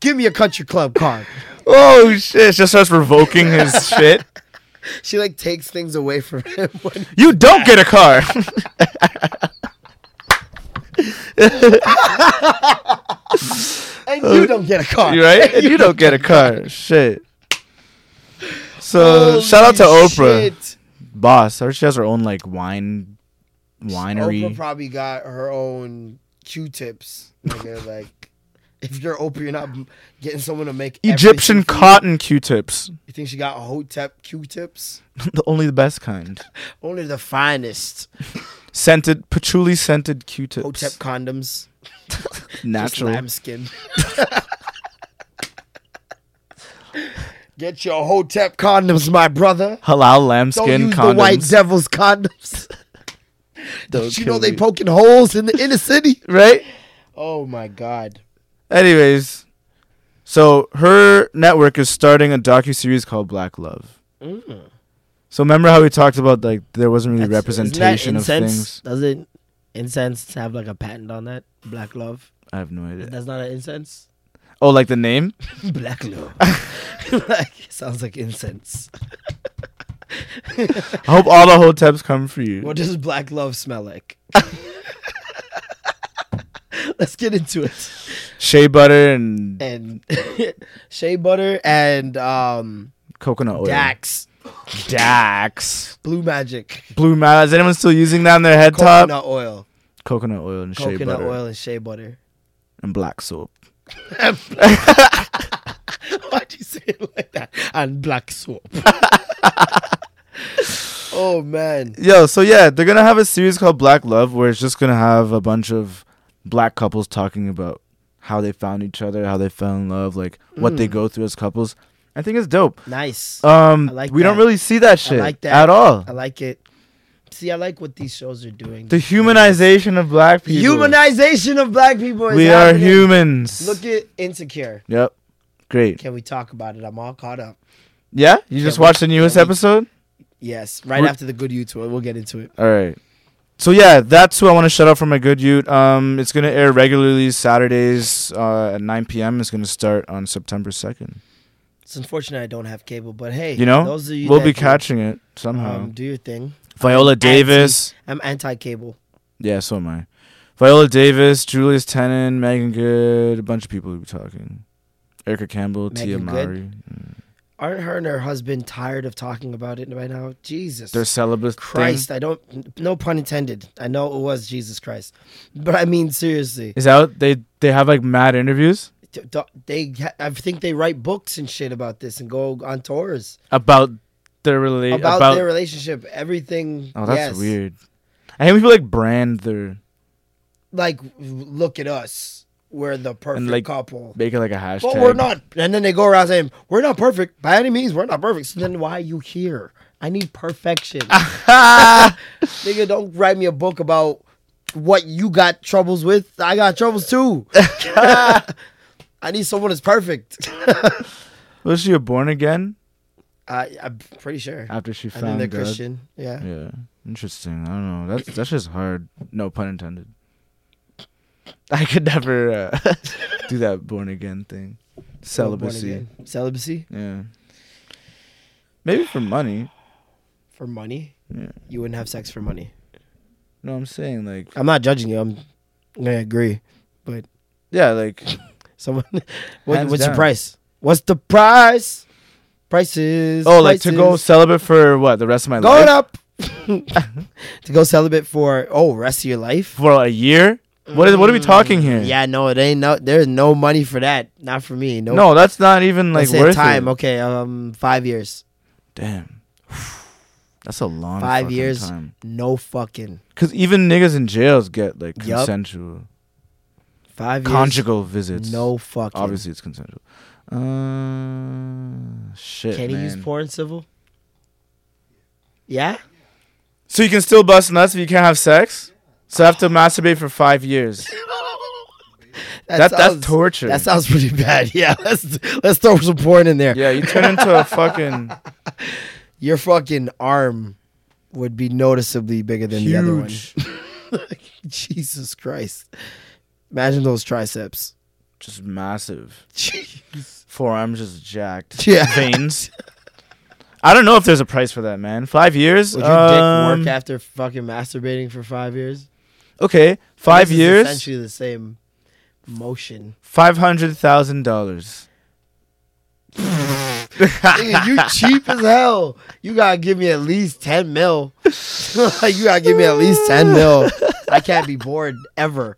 [SPEAKER 7] Give me a country club card.
[SPEAKER 4] Oh shit! Just starts revoking [laughs] his shit.
[SPEAKER 7] She like takes things away from him [laughs] when
[SPEAKER 4] You don't get a car. [laughs]
[SPEAKER 7] and
[SPEAKER 4] Uh,
[SPEAKER 7] you don't get a car.
[SPEAKER 4] you right? [laughs] And you don't get a car. Shit. So shout out to
[SPEAKER 7] Holy
[SPEAKER 4] Oprah,
[SPEAKER 7] shit.
[SPEAKER 4] boss. Or she has her own like wine winery.
[SPEAKER 7] Oprah probably got her own Q-tips. Nigga, like, if you're Oprah, you're not getting someone to make
[SPEAKER 4] Egyptian
[SPEAKER 7] everything for you.
[SPEAKER 4] cotton Q-tips,
[SPEAKER 7] You think she got Hotep Q-tips?
[SPEAKER 4] the only the best kind.
[SPEAKER 7] Only the finest
[SPEAKER 4] Scented patchouli scented Q-tips,
[SPEAKER 5] Oh,
[SPEAKER 7] Hotep condoms. Just
[SPEAKER 4] natural.
[SPEAKER 7] lambskin. Get your Hotep condoms, my brother.
[SPEAKER 4] Halal
[SPEAKER 7] Don't
[SPEAKER 4] lambskin
[SPEAKER 7] use
[SPEAKER 4] condoms.
[SPEAKER 7] the white devil's condoms.
[SPEAKER 4] Don't
[SPEAKER 7] you
[SPEAKER 4] kill
[SPEAKER 7] know they
[SPEAKER 4] me.
[SPEAKER 7] poking holes in the inner
[SPEAKER 4] [laughs]
[SPEAKER 7] city.
[SPEAKER 4] right?
[SPEAKER 7] Oh my god.
[SPEAKER 4] Anyways, so her network is starting a docu series called Black Love. So remember how we talked about like there wasn't really representation of things.
[SPEAKER 5] Doesn't incense have like a patent on that? Black love.
[SPEAKER 4] I have no idea.
[SPEAKER 5] That's not an incense.
[SPEAKER 4] Oh, like the name?
[SPEAKER 5] [laughs] Black [laughs] love. like sounds like incense.
[SPEAKER 4] I hope all the hoteps come for you.
[SPEAKER 5] What does black love smell like? [laughs] Let's get into it.
[SPEAKER 4] Shea butter and
[SPEAKER 5] And [laughs] shea butter and um
[SPEAKER 4] coconut oil.
[SPEAKER 5] Dax
[SPEAKER 4] Dax.
[SPEAKER 5] Blue Magic
[SPEAKER 4] Blue Mile. Is anyone still using that on their head top?
[SPEAKER 5] coconut oil,
[SPEAKER 4] Coconut oil and shea
[SPEAKER 5] coconut
[SPEAKER 4] butter
[SPEAKER 5] oil and shea butter. [laughs]
[SPEAKER 4] and black soap.
[SPEAKER 5] Why'd you say it like that? And black soap. [laughs] oh man.
[SPEAKER 4] Yo, so yeah, they're gonna have a series called Black Love where it's just gonna have a bunch of black couples talking about how they found each other, how they fell in love, like what
[SPEAKER 5] Mm.
[SPEAKER 4] they go through as couples. I think it's dope.
[SPEAKER 5] Nice.
[SPEAKER 4] Um
[SPEAKER 5] I like
[SPEAKER 4] we don't
[SPEAKER 5] that.
[SPEAKER 4] really see that shit
[SPEAKER 5] like that.
[SPEAKER 4] at all.
[SPEAKER 5] I like it. See, I like what these shows are doing.
[SPEAKER 4] the humanization of black people.
[SPEAKER 5] humanization of black people. Is
[SPEAKER 4] We are
[SPEAKER 5] happening.
[SPEAKER 4] humans.
[SPEAKER 5] Look at Insecure.
[SPEAKER 4] yep. Great.
[SPEAKER 5] Can we talk about it? I'm all caught up.
[SPEAKER 4] Yeah? You just
[SPEAKER 5] we-
[SPEAKER 4] watched the newest
[SPEAKER 5] we-
[SPEAKER 4] episode?
[SPEAKER 5] Yes, right
[SPEAKER 4] We're-
[SPEAKER 5] after the good YouTube, we'll get into it.
[SPEAKER 4] All right. So yeah, that's who I want to shout out for my good ute. Um, it's gonna air regularly Saturdays uh, at 9 p.m. It's gonna start on September 2nd.
[SPEAKER 5] It's unfortunate I don't have cable, but hey,
[SPEAKER 4] You know,
[SPEAKER 5] those of you
[SPEAKER 4] we'll
[SPEAKER 5] that
[SPEAKER 4] be
[SPEAKER 5] do,
[SPEAKER 4] catching it somehow.
[SPEAKER 5] Um, do your thing.
[SPEAKER 4] Viola Davis,
[SPEAKER 5] I'm anti-cable.
[SPEAKER 4] yeah, so am I. Viola Davis, Julius Tennant, Megan Good, a bunch of people will be talking. Erica Campbell, Tia
[SPEAKER 5] Megan Good?
[SPEAKER 4] Mowry.
[SPEAKER 5] Aren't her and her husband tired of talking about it right now? Jesus
[SPEAKER 4] Their celibate thing.
[SPEAKER 5] Christ! I don't. No pun intended. I know it was Jesus Christ, but I mean seriously.
[SPEAKER 4] is out. They they have like mad interviews
[SPEAKER 5] d- d- they ha- I think they write books and shit about this and go on tours
[SPEAKER 4] about their rela-
[SPEAKER 5] about, their relationship, everything.
[SPEAKER 4] oh, that's
[SPEAKER 5] yes.
[SPEAKER 4] weird. I hate when people like brand their
[SPEAKER 5] Like, w- look at us, we're the perfect
[SPEAKER 4] like,
[SPEAKER 5] couple,
[SPEAKER 4] make it like a hashtag.
[SPEAKER 5] but we're not. And then they go around saying we're not perfect by any means. We're not perfect. So then why are you here? I need
[SPEAKER 4] [laughs]
[SPEAKER 5] perfection, nigga. Don't write me a book about what you got troubles with. I got troubles too.
[SPEAKER 4] [laughs]
[SPEAKER 5] [laughs] I need someone that's perfect.
[SPEAKER 4] Was she a born again
[SPEAKER 5] I, I'm pretty sure.
[SPEAKER 4] after she
[SPEAKER 5] I
[SPEAKER 4] found
[SPEAKER 5] think they're
[SPEAKER 4] God?
[SPEAKER 5] Christian. Yeah.
[SPEAKER 4] Yeah, interesting. I don't know. That's that's just hard. No pun intended. [laughs] I could never uh, [laughs] do that born again thing.
[SPEAKER 5] Born
[SPEAKER 4] Celibacy.
[SPEAKER 5] again. Celibacy?
[SPEAKER 4] Yeah. Maybe for money.
[SPEAKER 5] for money,
[SPEAKER 4] Yeah.
[SPEAKER 5] you wouldn't have sex for money.
[SPEAKER 4] No, I'm saying like
[SPEAKER 5] I'm not judging you. I'm I agree. [laughs]
[SPEAKER 4] yeah, like
[SPEAKER 5] Someone, what,
[SPEAKER 4] Hands
[SPEAKER 5] what's the
[SPEAKER 4] down.
[SPEAKER 5] price? What's the price? Prices.
[SPEAKER 4] oh, like to go
[SPEAKER 5] prices.
[SPEAKER 4] celibate for what the rest of my
[SPEAKER 5] Going
[SPEAKER 4] life
[SPEAKER 5] up. [laughs] to go celibate for oh rest of your life.
[SPEAKER 4] for a year. What is what are we talking here?
[SPEAKER 5] Mm, Yeah, no, it ain't no. There's no money for that. Not for me. No.
[SPEAKER 4] No, that's not even like
[SPEAKER 5] Let's say
[SPEAKER 4] worth
[SPEAKER 5] time.
[SPEAKER 4] it.
[SPEAKER 5] Okay, um, five years.
[SPEAKER 4] Damn, [sighs] that's a long
[SPEAKER 5] Five
[SPEAKER 4] fucking
[SPEAKER 5] years.
[SPEAKER 4] time.
[SPEAKER 5] No fucking
[SPEAKER 4] Cause even niggas in jails get like
[SPEAKER 5] Yup.
[SPEAKER 4] consensual
[SPEAKER 5] five years.
[SPEAKER 4] conjugal visits.
[SPEAKER 5] No fucking.
[SPEAKER 4] obviously it's consensual. Uh, shit.
[SPEAKER 5] Can he use
[SPEAKER 4] man.
[SPEAKER 5] porn civil? Yeah.
[SPEAKER 4] So you can still bust nuts, but you can't have sex. So I have to masturbate for
[SPEAKER 5] [laughs]
[SPEAKER 4] five years. That,
[SPEAKER 5] sounds-
[SPEAKER 4] that's torture.
[SPEAKER 5] That sounds pretty bad. [laughs] Yeah, let's let's throw some porn in there.
[SPEAKER 4] yeah, you
[SPEAKER 5] [laughs]
[SPEAKER 4] turn into a fucking
[SPEAKER 5] Your fucking arm would be noticeably bigger than the other one.
[SPEAKER 4] huge,
[SPEAKER 5] [laughs] Jesus Christ! Imagine those triceps. [laughs]
[SPEAKER 4] just massive forearms, just
[SPEAKER 5] [laughs]
[SPEAKER 4] jacked.
[SPEAKER 5] Yeah.
[SPEAKER 4] veins. I don't know if there's a price for that, man. Five years.
[SPEAKER 5] Would your
[SPEAKER 4] Um,
[SPEAKER 5] dick work after fucking masturbating for five years?
[SPEAKER 4] Okay, five
[SPEAKER 5] This is
[SPEAKER 4] years,
[SPEAKER 5] essentially the same motion.
[SPEAKER 4] five hundred thousand dollars.
[SPEAKER 5] Nigga, you cheap as hell. You gotta give me at least ten mil. [laughs] you gotta give me at least ten mil. I can't be bored ever.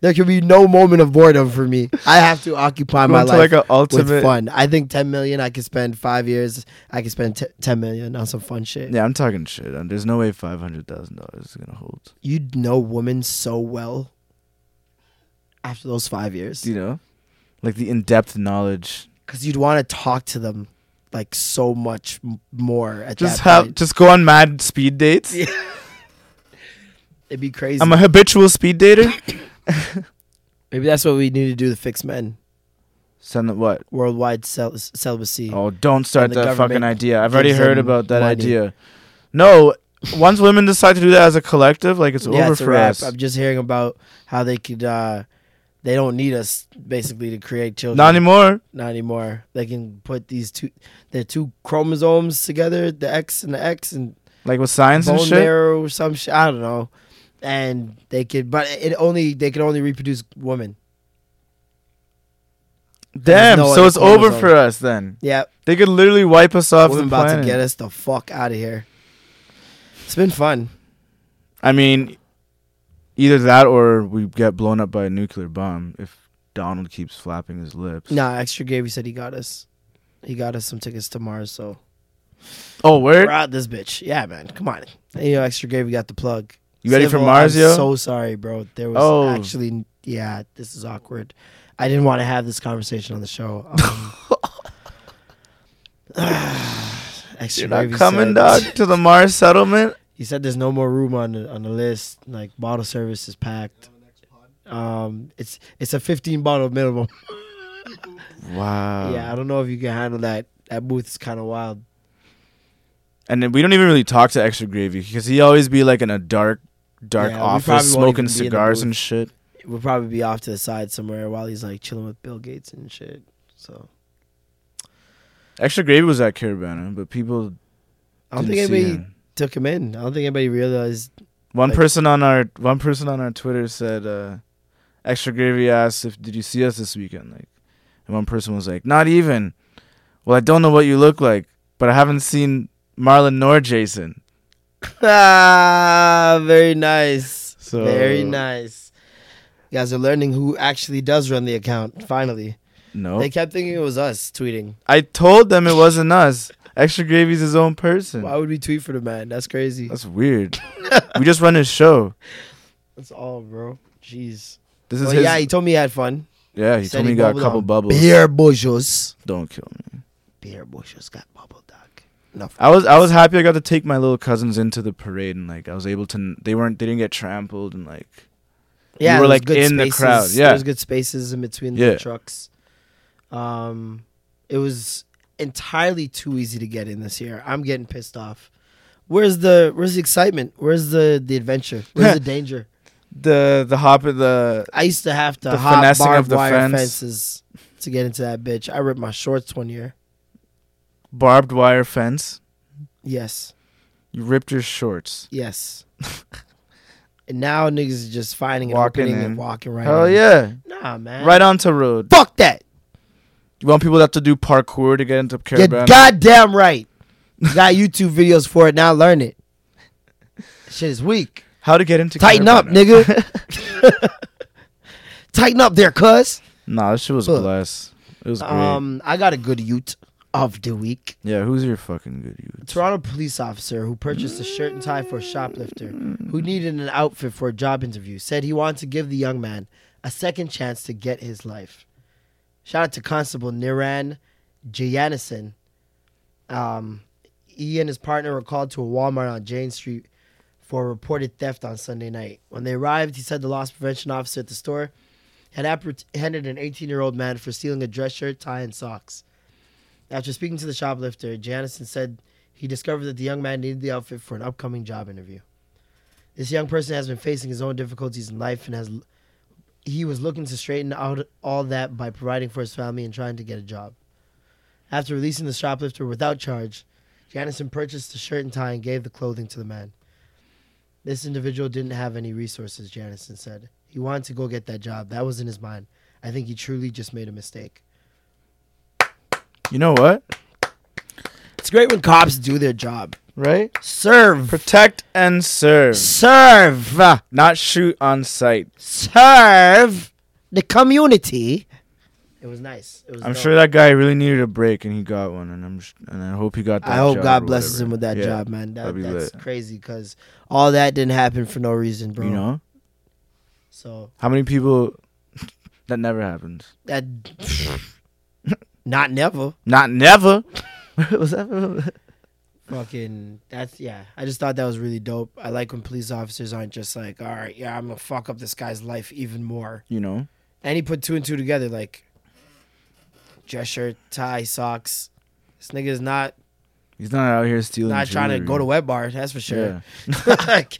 [SPEAKER 5] There can be no moment of boredom for me. I have to occupy my
[SPEAKER 4] Going to
[SPEAKER 5] life
[SPEAKER 4] like an ultimate.
[SPEAKER 5] with fun. I think ten million. I could spend five years. I could spend t- ten million on some fun shit.
[SPEAKER 4] Yeah, I'm talking shit. Um, There's no way five hundred thousand dollars is gonna hold.
[SPEAKER 5] You know women so well. After those five years,
[SPEAKER 4] You know, like the in-depth knowledge.
[SPEAKER 5] because you'd want to talk to them like so much m- more. At
[SPEAKER 4] Just
[SPEAKER 5] that
[SPEAKER 4] have,
[SPEAKER 5] point.
[SPEAKER 4] just go on mad speed dates.
[SPEAKER 5] it'd be crazy.
[SPEAKER 4] I'm a habitual speed dater.
[SPEAKER 5] Maybe that's what we need to do to fix men.
[SPEAKER 4] Send them what?
[SPEAKER 5] Worldwide cel- celibacy.
[SPEAKER 4] Oh, don't start
[SPEAKER 5] the
[SPEAKER 4] that fucking
[SPEAKER 5] government
[SPEAKER 4] idea. I've already
[SPEAKER 5] gives
[SPEAKER 4] heard
[SPEAKER 5] them
[SPEAKER 4] about that
[SPEAKER 5] money.
[SPEAKER 4] idea. No, once women decide to do that as a collective, like it's
[SPEAKER 5] yeah,
[SPEAKER 4] over
[SPEAKER 5] it's a
[SPEAKER 4] for
[SPEAKER 5] wrap.
[SPEAKER 4] us.
[SPEAKER 5] I'm just hearing about how they could, uh, they don't need us basically to create children.
[SPEAKER 4] Not anymore.
[SPEAKER 5] Not anymore. They can put these two, their two chromosomes together, the X and the X, and
[SPEAKER 4] Like with science and
[SPEAKER 5] bone
[SPEAKER 4] shit.
[SPEAKER 5] marrow or some shit. I don't know. And they could, but it only they can only reproduce women.
[SPEAKER 4] Damn.
[SPEAKER 5] no
[SPEAKER 4] so
[SPEAKER 5] other
[SPEAKER 4] it's over
[SPEAKER 5] chromosome.
[SPEAKER 4] for us then.
[SPEAKER 5] Yeah,
[SPEAKER 4] They could literally wipe us off
[SPEAKER 5] women
[SPEAKER 4] the
[SPEAKER 5] about
[SPEAKER 4] planet.
[SPEAKER 5] to get us the fuck out of here. It's been fun.
[SPEAKER 4] I mean, either that or we get blown up by a nuclear bomb if Donald keeps flapping his lips.
[SPEAKER 5] Nah, extra gravy said he got us. He got us some tickets to Mars, so
[SPEAKER 4] Oh, where?
[SPEAKER 5] we're out this bitch. Yeah, man, come on. Hey, yo, extra gravy got the plug.
[SPEAKER 4] You ready
[SPEAKER 5] Civil,
[SPEAKER 4] for Mars,
[SPEAKER 5] I'm
[SPEAKER 4] yo?
[SPEAKER 5] So sorry, bro. There was
[SPEAKER 4] Oh.
[SPEAKER 5] actually, yeah, this is awkward. I didn't want to have this conversation on the show. Um,
[SPEAKER 4] [laughs]
[SPEAKER 5] [sighs] extra
[SPEAKER 4] You're not
[SPEAKER 5] Gravy
[SPEAKER 4] coming,
[SPEAKER 5] said-
[SPEAKER 4] dog, to the Mars settlement.
[SPEAKER 5] He said there's no more room on the, on the list. Like bottle service is packed. Um, it's it's a 15 bottle minimum.
[SPEAKER 4] Wow.
[SPEAKER 5] Yeah, I don't know if you can handle that. That booth is kind of wild.
[SPEAKER 4] And then we don't even really talk to Extra Gravy because he always be like in a dark, dark
[SPEAKER 5] Yeah, we probably
[SPEAKER 4] office
[SPEAKER 5] won't
[SPEAKER 4] smoking
[SPEAKER 5] even be in the
[SPEAKER 4] cigars
[SPEAKER 5] booth.
[SPEAKER 4] and shit.
[SPEAKER 5] We'll probably be off to the side somewhere while he's like chilling with Bill Gates and shit. So
[SPEAKER 4] Extra Gravy was at Carabana, but people
[SPEAKER 5] I don't
[SPEAKER 4] didn't
[SPEAKER 5] think
[SPEAKER 4] see
[SPEAKER 5] anybody
[SPEAKER 4] him.
[SPEAKER 5] took him in. I don't think anybody realized. [laughs]
[SPEAKER 4] One
[SPEAKER 5] like-
[SPEAKER 4] person on our one person on our Twitter said, uh, "Extra Gravy asked if did you see us this weekend?" Like, and one person was like, "Not even." Well, I don't know what you look like, but I haven't seen Marlon nor Jason.
[SPEAKER 5] Ah, very nice.
[SPEAKER 4] So-
[SPEAKER 5] very nice. You guys are learning who actually does run the account. Finally,
[SPEAKER 4] No,
[SPEAKER 5] they kept thinking it was us tweeting.
[SPEAKER 4] I told them it wasn't us. Extra Gravy's his own person.
[SPEAKER 5] Why would we tweet for the man? That's crazy.
[SPEAKER 4] That's
[SPEAKER 5] [laughs]
[SPEAKER 4] weird. we just run his show.
[SPEAKER 5] That's all, bro. Jeez.
[SPEAKER 4] This is
[SPEAKER 5] Well,
[SPEAKER 4] his.
[SPEAKER 5] Oh, yeah, he told me he had fun.
[SPEAKER 4] yeah, he
[SPEAKER 5] said
[SPEAKER 4] told
[SPEAKER 5] he
[SPEAKER 4] me he got a
[SPEAKER 5] bubbled
[SPEAKER 4] couple
[SPEAKER 5] on
[SPEAKER 4] bubbles.
[SPEAKER 5] Beer bushes.
[SPEAKER 4] Don't kill me.
[SPEAKER 5] Beer bushes got bubble dog. Enough.
[SPEAKER 4] I was I was happy I got to take my little cousins into the parade and like I was able to they weren't they didn't get trampled and like
[SPEAKER 5] Yeah,
[SPEAKER 4] were,
[SPEAKER 5] there was
[SPEAKER 4] like,
[SPEAKER 5] good
[SPEAKER 4] in the
[SPEAKER 5] spaces.
[SPEAKER 4] crowd, yeah.
[SPEAKER 5] there was good spaces in between the
[SPEAKER 4] Yeah.
[SPEAKER 5] trucks. Um, it was entirely too easy to get in this year. I'm getting pissed off. Where's the Where's the excitement? Where's the the adventure?
[SPEAKER 4] [laughs]
[SPEAKER 5] Where's the danger?
[SPEAKER 4] the the hop of the
[SPEAKER 5] I used to have to
[SPEAKER 4] The
[SPEAKER 5] hop
[SPEAKER 4] finessing
[SPEAKER 5] barbed
[SPEAKER 4] of the
[SPEAKER 5] wire
[SPEAKER 4] fence.
[SPEAKER 5] fences to get into that bitch. I ripped my shorts one year.
[SPEAKER 4] barbed wire fence.
[SPEAKER 5] Yes,
[SPEAKER 4] You ripped your shorts. [laughs]
[SPEAKER 5] Yes. and now niggas is just finding an
[SPEAKER 4] Walking
[SPEAKER 5] opening
[SPEAKER 4] in.
[SPEAKER 5] and walking right.
[SPEAKER 4] Hell
[SPEAKER 5] in.
[SPEAKER 4] yeah.
[SPEAKER 5] Nah, man.
[SPEAKER 4] Right onto road.
[SPEAKER 5] Fuck that.
[SPEAKER 4] You want people that have to do parkour to get into
[SPEAKER 5] You're
[SPEAKER 4] caravan?
[SPEAKER 5] goddamn right. You got YouTube videos for it now. Learn it. Shit is weak.
[SPEAKER 4] How to get into
[SPEAKER 5] Tighten up,
[SPEAKER 4] Caravana.
[SPEAKER 5] nigga. Tighten up there, cuz.
[SPEAKER 4] Nah, this shit was
[SPEAKER 5] Look.
[SPEAKER 4] blessed. It was great.
[SPEAKER 5] Um, I got a good ute of the week.
[SPEAKER 4] yeah, who's your fucking good youth?
[SPEAKER 5] Toronto police officer who purchased a shirt and tie for a shoplifter who needed an outfit for a job interview said he wanted to give the young man a second chance to get his life. Shout out to Constable Niran Jayanison. Um, he and his partner were called to a Walmart on Jane Street for a reported theft on Sunday night. When they arrived, he said the loss prevention officer at the store had apprehended an 18 year old man for stealing a dress shirt, tie, and socks. After speaking to the shoplifter, Janison said he discovered that the young man needed the outfit for an upcoming job interview. This young person has been facing his own difficulties in life and has he was looking to straighten out all that by providing for his family and trying to get a job. After releasing the shoplifter without charge, Janison purchased the shirt and tie and gave the clothing to the man. This individual didn't have any resources, Janison said. He wanted to go get that job. That was in his mind. I think he truly just made a mistake.
[SPEAKER 4] You know what?
[SPEAKER 5] It's great when cops do their job.
[SPEAKER 4] Right?
[SPEAKER 5] Serve.
[SPEAKER 4] Protect and serve,
[SPEAKER 5] Serve.
[SPEAKER 4] not shoot on sight.
[SPEAKER 5] Serve the community. It was nice. It was
[SPEAKER 4] I'm
[SPEAKER 5] dope.
[SPEAKER 4] sure that guy really needed a break, and he got one, and I'm sh- and I hope he got. That
[SPEAKER 5] I hope
[SPEAKER 4] job
[SPEAKER 5] God
[SPEAKER 4] or
[SPEAKER 5] blesses
[SPEAKER 4] whatever.
[SPEAKER 5] him with that
[SPEAKER 4] Yeah,
[SPEAKER 5] job, man. That,
[SPEAKER 4] that'd be
[SPEAKER 5] that's
[SPEAKER 4] lit.
[SPEAKER 5] crazy because all that didn't happen for no reason, bro.
[SPEAKER 4] You know
[SPEAKER 5] So
[SPEAKER 4] how many people [laughs] that never happens.
[SPEAKER 5] that [laughs] not never. [laughs]
[SPEAKER 4] Not never. Was that?
[SPEAKER 5] Fucking that's yeah. I just thought that was really dope. I like when police officers aren't just like, all right, yeah, I'm gonna fuck up this guy's life even more.
[SPEAKER 4] [laughs] You know,
[SPEAKER 5] And he put two and two together, like dress shirt, tie, socks. This nigga's not
[SPEAKER 4] he's not out here stealing.
[SPEAKER 5] not trying to go to wet bar, that's for sure.
[SPEAKER 4] Yeah.
[SPEAKER 5] [laughs] like,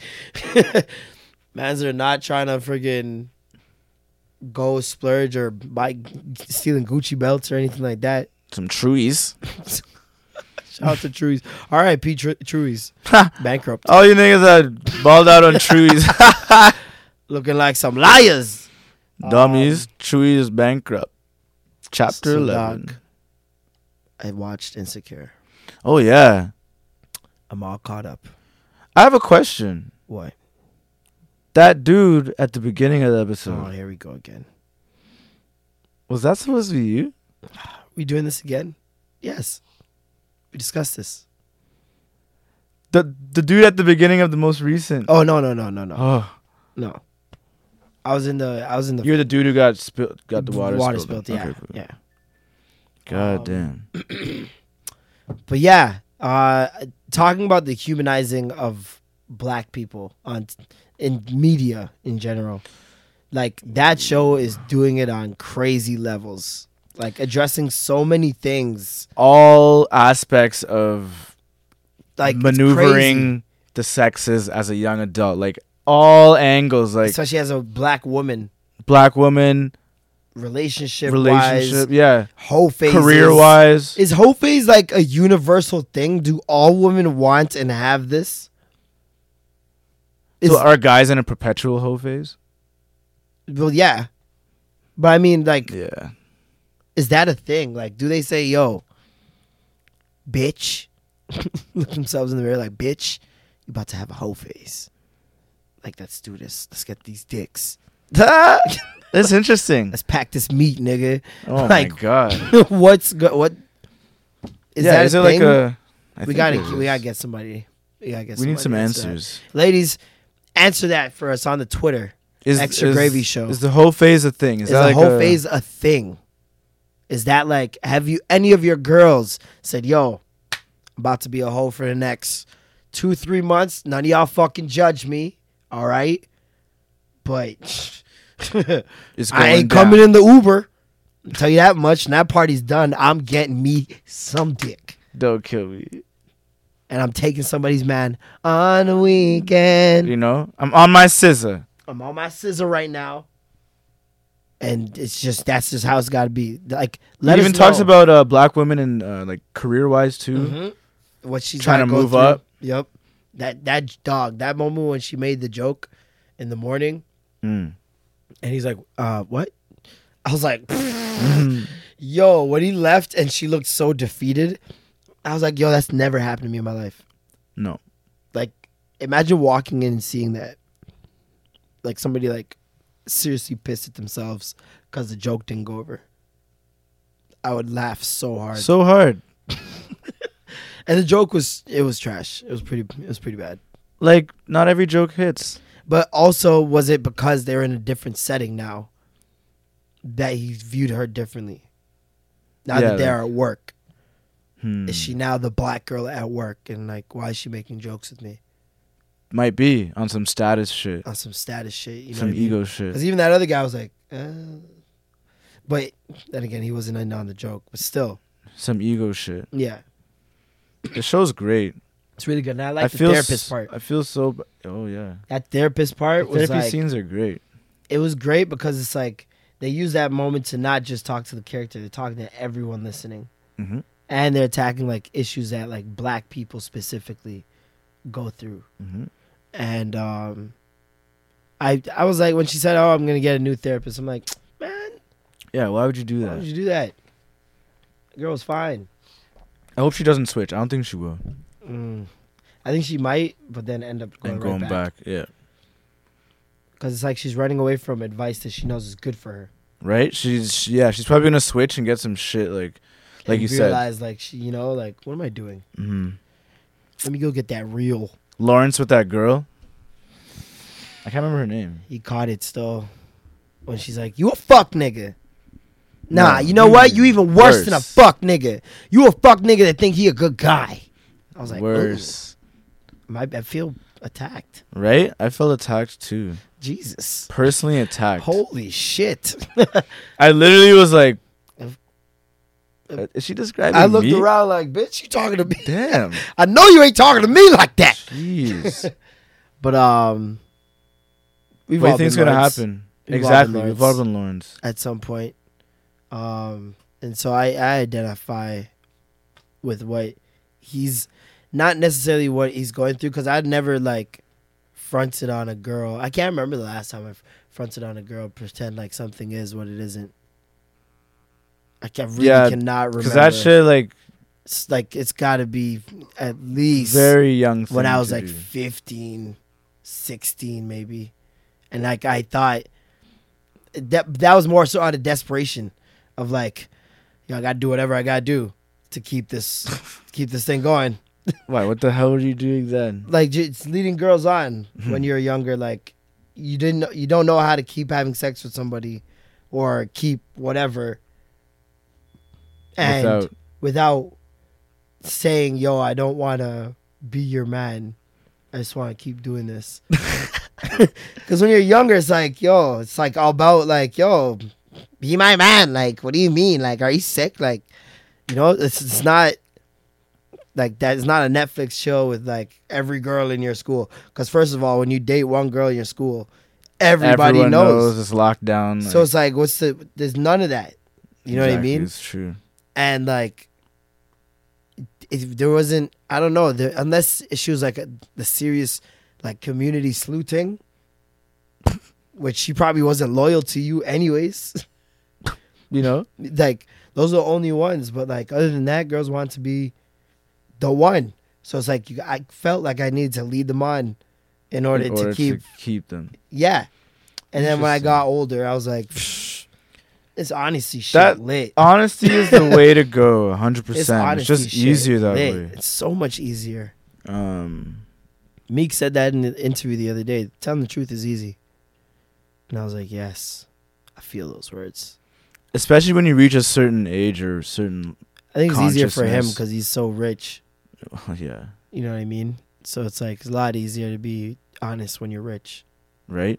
[SPEAKER 5] mans are not trying to friggin' go splurge or buy stealing Gucci belts or anything like that.
[SPEAKER 4] Some truies. [laughs]
[SPEAKER 5] Shout out to Truies. R.I.P. Tru- Truies. Bankrupt.
[SPEAKER 4] All you niggas that balled out
[SPEAKER 5] [laughs]
[SPEAKER 4] on truies, [laughs]
[SPEAKER 5] Looking like some liars. Um,
[SPEAKER 4] dummies. Truies is bankrupt. Chapter
[SPEAKER 5] So,
[SPEAKER 4] eleven.
[SPEAKER 5] dog, I watched Insecure.
[SPEAKER 4] Oh yeah,
[SPEAKER 5] I'm all caught up.
[SPEAKER 4] I have a question.
[SPEAKER 5] What?
[SPEAKER 4] That dude at the beginning of the
[SPEAKER 5] Oh,
[SPEAKER 4] episode
[SPEAKER 5] here we go again.
[SPEAKER 4] was that supposed to be you?
[SPEAKER 5] We doing this again? Yes. We discussed this.
[SPEAKER 4] The the dude at the beginning of the most recent.
[SPEAKER 5] Oh no no no no no
[SPEAKER 4] oh.
[SPEAKER 5] no. I was in the I was in the
[SPEAKER 4] You're the dude who got spilled, got the water,
[SPEAKER 5] spilled.
[SPEAKER 4] spilled.
[SPEAKER 5] Yeah,
[SPEAKER 4] Okay, cool.
[SPEAKER 5] yeah.
[SPEAKER 4] God damn.
[SPEAKER 5] But yeah, uh, talking about the humanizing of black people on in media in general, like that show is doing it on crazy levels, like addressing so many things,
[SPEAKER 4] All aspects of
[SPEAKER 5] like it's crazy,
[SPEAKER 4] maneuvering the sexes as a young adult, like all angles, like
[SPEAKER 5] especially as a black woman,
[SPEAKER 4] black woman
[SPEAKER 5] relationship,
[SPEAKER 4] relationship,
[SPEAKER 5] relationship,
[SPEAKER 4] yeah,
[SPEAKER 5] whole face,
[SPEAKER 4] career wise.
[SPEAKER 5] Is whole phase like a universal thing? Do all women want and have this? Is,
[SPEAKER 4] So are guys in a perpetual hoe phase?
[SPEAKER 5] well, yeah. But I mean, like, [laughs]
[SPEAKER 4] Yeah.
[SPEAKER 5] is that a thing? Like, do they say, yo, bitch? [laughs] Look themselves in the mirror like, bitch, you about to have a whole face. Like, let's do this. Let's get these dicks.
[SPEAKER 4] That's interesting.
[SPEAKER 5] Let's pack this meat, nigga.
[SPEAKER 4] Oh
[SPEAKER 5] [laughs] like,
[SPEAKER 4] my
[SPEAKER 5] [laughs]
[SPEAKER 4] god.
[SPEAKER 5] what's go- what? Is
[SPEAKER 4] yeah,
[SPEAKER 5] that
[SPEAKER 4] is
[SPEAKER 5] a
[SPEAKER 4] it like
[SPEAKER 5] thing?
[SPEAKER 4] a? I
[SPEAKER 5] we
[SPEAKER 4] think
[SPEAKER 5] gotta
[SPEAKER 4] it
[SPEAKER 5] we
[SPEAKER 4] is.
[SPEAKER 5] gotta get somebody. We gotta get.
[SPEAKER 4] We need
[SPEAKER 5] somebody uh,
[SPEAKER 4] some
[SPEAKER 5] to answer that.
[SPEAKER 4] answers.
[SPEAKER 5] ladies. Answer that for us on the Twitter.
[SPEAKER 4] Is
[SPEAKER 5] Extra
[SPEAKER 4] is-
[SPEAKER 5] Gravy Show.
[SPEAKER 4] Is the whole phase a thing? Is,
[SPEAKER 5] Is
[SPEAKER 4] that
[SPEAKER 5] the
[SPEAKER 4] like
[SPEAKER 5] whole
[SPEAKER 4] a,
[SPEAKER 5] phase a thing? Is that like have you any of your girls said, "Yo, about to be a hoe for the next two three months"? None of y'all fucking judge me, all right? But [laughs]
[SPEAKER 4] It's going
[SPEAKER 5] I ain't
[SPEAKER 4] down.
[SPEAKER 5] coming in the Uber. I'll tell you that much. And that party's done. I'm getting me some dick,
[SPEAKER 4] Don't kill me.
[SPEAKER 5] and I'm taking somebody's man on the weekend.
[SPEAKER 4] You know, I'm on my scissor.
[SPEAKER 5] I'm on my scissor right now. And it's just that's just how it's got to be. Like let
[SPEAKER 4] it
[SPEAKER 5] us
[SPEAKER 4] even talks
[SPEAKER 5] know Mm-hmm.
[SPEAKER 4] about uh, black women and uh, like career wise too.
[SPEAKER 5] what she's
[SPEAKER 4] trying
[SPEAKER 5] gotta
[SPEAKER 4] to
[SPEAKER 5] go
[SPEAKER 4] move
[SPEAKER 5] through.
[SPEAKER 4] up.
[SPEAKER 5] Yep. That that dog, that moment when she made the joke in the morning,
[SPEAKER 4] Mm.
[SPEAKER 5] and he's like, uh, what? I was like,
[SPEAKER 4] [laughs]
[SPEAKER 5] yo, when he left and she looked so defeated, I was like, yo, that's never happened to me in my life.
[SPEAKER 4] No.
[SPEAKER 5] Like, imagine walking in and seeing that. Like somebody like seriously pissed at themselves because the joke didn't go over. I would laugh so hard.
[SPEAKER 4] So hard.
[SPEAKER 5] and the joke was it was trash. It was pretty it was pretty bad.
[SPEAKER 4] Like not every joke hits.
[SPEAKER 5] But also was it because they're in a different setting now that he viewed her differently? Now
[SPEAKER 4] Yeah,
[SPEAKER 5] that they're
[SPEAKER 4] like-
[SPEAKER 5] at work.
[SPEAKER 4] Hmm.
[SPEAKER 5] Is she now the black girl at work and like why is she making jokes with me
[SPEAKER 4] Might be on some status shit,
[SPEAKER 5] on some status shit, you know?
[SPEAKER 4] some ego shit.
[SPEAKER 5] Because even that other guy was like, uh. but then again, he wasn't in on the joke. But still,
[SPEAKER 4] some ego shit.
[SPEAKER 5] yeah,
[SPEAKER 4] The show's great.
[SPEAKER 5] it's really good. And I
[SPEAKER 4] I
[SPEAKER 5] like the
[SPEAKER 4] feel
[SPEAKER 5] therapist
[SPEAKER 4] s-
[SPEAKER 5] part.
[SPEAKER 4] I feel so. b- Oh yeah.
[SPEAKER 5] That therapist part was
[SPEAKER 4] Therapy
[SPEAKER 5] like
[SPEAKER 4] scenes are great.
[SPEAKER 5] it was great because it's like they use that moment to not just talk to the character, they're talking to everyone listening,
[SPEAKER 4] Mhm.
[SPEAKER 5] and they're attacking like issues that like black people specifically go through.
[SPEAKER 4] Mhm.
[SPEAKER 5] And um, I I was like when she said, "Oh, I'm gonna get a new therapist," I'm like, man,
[SPEAKER 4] Yeah. Why would you do
[SPEAKER 5] why would
[SPEAKER 4] that?
[SPEAKER 5] you do that? The girl was fine.
[SPEAKER 4] I hope she doesn't switch. I don't think she will.
[SPEAKER 5] Mm. I think she might, but then end up going,
[SPEAKER 4] and going
[SPEAKER 5] right back
[SPEAKER 4] back. Yeah.
[SPEAKER 5] because it's like she's running away from advice that she knows is good for her.
[SPEAKER 4] Right. She's she- yeah. She's probably gonna switch and get some shit like, like
[SPEAKER 5] and
[SPEAKER 4] you said.
[SPEAKER 5] realize, like she, you know, like what am I doing?
[SPEAKER 4] hmm
[SPEAKER 5] Let me go get that reel.
[SPEAKER 4] Lawrence with that girl. I can't remember her name.
[SPEAKER 5] He caught it still when she's like, "You a fuck nigga." Nah,
[SPEAKER 4] No,
[SPEAKER 5] you know
[SPEAKER 4] you
[SPEAKER 5] what? You even worse, than a
[SPEAKER 4] worse.
[SPEAKER 5] fuck nigga. You a fuck nigga that think he a good guy. I was like, worse.
[SPEAKER 4] Worse.
[SPEAKER 5] My, I feel attacked.
[SPEAKER 4] Right? I felt attacked too.
[SPEAKER 5] Jesus,
[SPEAKER 4] Personally attacked.
[SPEAKER 5] holy shit! [laughs]
[SPEAKER 4] I literally was like,
[SPEAKER 5] If-
[SPEAKER 4] "Uh, "Is she describing?"
[SPEAKER 5] I looked
[SPEAKER 4] me?
[SPEAKER 5] around like, bitch, you talking to me?
[SPEAKER 4] [laughs] Damn.
[SPEAKER 5] I know you ain't talking to me like that.
[SPEAKER 4] Jeez.
[SPEAKER 5] But um, [laughs] we've
[SPEAKER 4] what
[SPEAKER 5] all
[SPEAKER 4] do you think's
[SPEAKER 5] been
[SPEAKER 4] gonna
[SPEAKER 5] Lawrence
[SPEAKER 4] happen?
[SPEAKER 5] We've all been
[SPEAKER 4] exactly. We've all
[SPEAKER 5] Lawrence.
[SPEAKER 4] been Lawrence.
[SPEAKER 5] at some point. Um, and so I, I identify with what he's not necessarily what he's going through because I'd never like fronted on a girl. I can't remember the last time I f- fronted on a girl, pretend like something is what it isn't. I can really
[SPEAKER 4] Yeah,
[SPEAKER 5] cannot remember.
[SPEAKER 4] Because that shit, like,
[SPEAKER 5] It's like it's got to be at least
[SPEAKER 4] very young. Thing
[SPEAKER 5] when I was
[SPEAKER 4] to
[SPEAKER 5] like
[SPEAKER 4] do.
[SPEAKER 5] 15, 16 maybe. And like I thought that that was more so out of desperation of like, you know, I gotta do whatever I gotta do to keep
[SPEAKER 4] [laughs]
[SPEAKER 5] this keep this thing going.
[SPEAKER 4] why? What the hell were you doing then?
[SPEAKER 5] Like j- it's leading girls on when you're younger, like you didn't know- you don't know how to keep having sex with somebody or keep whatever and
[SPEAKER 4] Without-
[SPEAKER 5] without saying, yo, I don't wanna be your man. I just wanna keep doing this. [laughs] Cause when you're younger, it's like, yo, it's like all about like, yo, be my man. Like, what do you mean? Like, are you sick? Like, you know, it's it's not like that. It's not a Netflix show with like every girl in your school. Cause first of all, when you date one girl in your school, everybody
[SPEAKER 4] Everyone
[SPEAKER 5] knows.
[SPEAKER 4] it's locked down.
[SPEAKER 5] So it's like, what's the? There's none of that. You know what I mean?
[SPEAKER 4] It's true.
[SPEAKER 5] and like if there wasn't i don't know there, unless she was like a, the serious like community sleuthing which she probably wasn't loyal to you anyways
[SPEAKER 4] You know,
[SPEAKER 5] like those are the only ones but like other than that girls want to be the one so it's like you, i felt like i needed to lead them on in order,
[SPEAKER 4] in
[SPEAKER 5] to keep
[SPEAKER 4] keep them.
[SPEAKER 5] yeah and then when i
[SPEAKER 4] Interesting.
[SPEAKER 5] got older i was like it's honestly shit
[SPEAKER 4] That-
[SPEAKER 5] lit
[SPEAKER 4] Honesty is the way to go. 100.
[SPEAKER 5] it's
[SPEAKER 4] percent It's
[SPEAKER 5] honesty
[SPEAKER 4] just
[SPEAKER 5] shit
[SPEAKER 4] easier that
[SPEAKER 5] lit.
[SPEAKER 4] way.
[SPEAKER 5] it's so much easier
[SPEAKER 4] Um.
[SPEAKER 5] Meek said that in the interview the other day. Telling the truth is easy. And I was like, yes, I feel those words.
[SPEAKER 4] especially when you reach a certain age or certain [laughs]
[SPEAKER 5] I think it's easier for him
[SPEAKER 4] Consciousness.
[SPEAKER 5] because he's so rich.
[SPEAKER 4] yeah
[SPEAKER 5] You know what I mean? So it's like it's a lot easier to be honest when you're rich.
[SPEAKER 4] right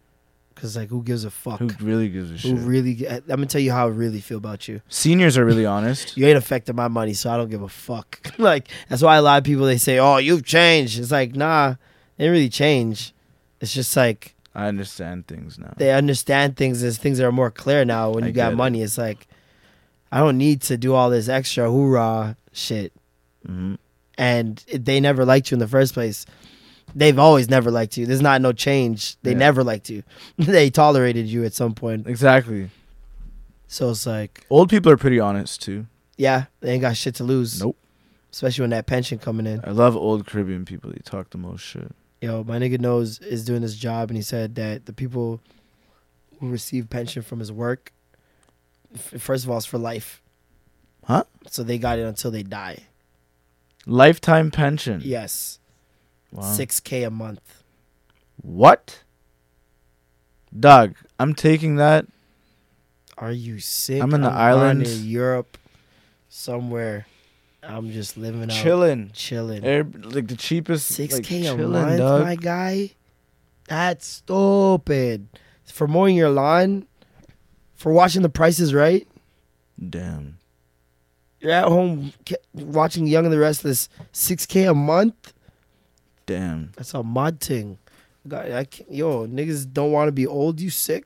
[SPEAKER 5] Because like, who gives a fuck?
[SPEAKER 4] who
[SPEAKER 5] Who,
[SPEAKER 4] really gives a shit
[SPEAKER 5] really? I'm gonna tell you how I really feel about you.
[SPEAKER 4] seniors are
[SPEAKER 5] [laughs]
[SPEAKER 4] really honest
[SPEAKER 5] You ain't affected my money, so I don't give a fuck. [laughs] like that's why a lot of people they say, "Oh, you've changed." It's like, nah, they didn't really change. It's just like
[SPEAKER 4] i understand things now
[SPEAKER 5] they understand things as things that are more clear now when
[SPEAKER 4] I
[SPEAKER 5] you got
[SPEAKER 4] get it.
[SPEAKER 5] money. It's like I don't need to do all this extra hoorah shit.
[SPEAKER 4] Mhm.
[SPEAKER 5] And it- they never liked you in the first place. They've always never liked you. There's not no change. They
[SPEAKER 4] Yeah.
[SPEAKER 5] never liked you. [laughs] they tolerated you at some point.
[SPEAKER 4] Exactly.
[SPEAKER 5] So it's like,
[SPEAKER 4] Old people are pretty honest too.
[SPEAKER 5] yeah, they ain't got shit to lose.
[SPEAKER 4] Nope.
[SPEAKER 5] Especially when that pension coming in.
[SPEAKER 4] I love old Caribbean people. They talk the most shit.
[SPEAKER 5] Yo, my nigga knows is doing his job, and he said that the people who receive pension from his work, f- first of all, it's for life.
[SPEAKER 4] Huh?
[SPEAKER 5] So they got it until they die.
[SPEAKER 4] Lifetime pension.
[SPEAKER 5] Yes,
[SPEAKER 4] Wow.
[SPEAKER 5] six k a month.
[SPEAKER 4] What? Dog, I'm taking that.
[SPEAKER 5] Are you sick?
[SPEAKER 4] I'm in the
[SPEAKER 5] gone to
[SPEAKER 4] islands.
[SPEAKER 5] Europe, somewhere. I'm just living out,
[SPEAKER 4] Chilling.
[SPEAKER 5] chilling.
[SPEAKER 4] Air, like the cheapest.
[SPEAKER 5] Six
[SPEAKER 4] like,
[SPEAKER 5] k a
[SPEAKER 4] chilling,
[SPEAKER 5] month,
[SPEAKER 4] dog.
[SPEAKER 5] my guy. That's stupid. For mowing your lawn, for watching The Price is Right.
[SPEAKER 4] Damn.
[SPEAKER 5] you're at home ca- watching Young and the Restless, six k a month.
[SPEAKER 4] Damn.
[SPEAKER 5] That's a mod thing. God, I can't, yo, niggas don't want to be old. You sick?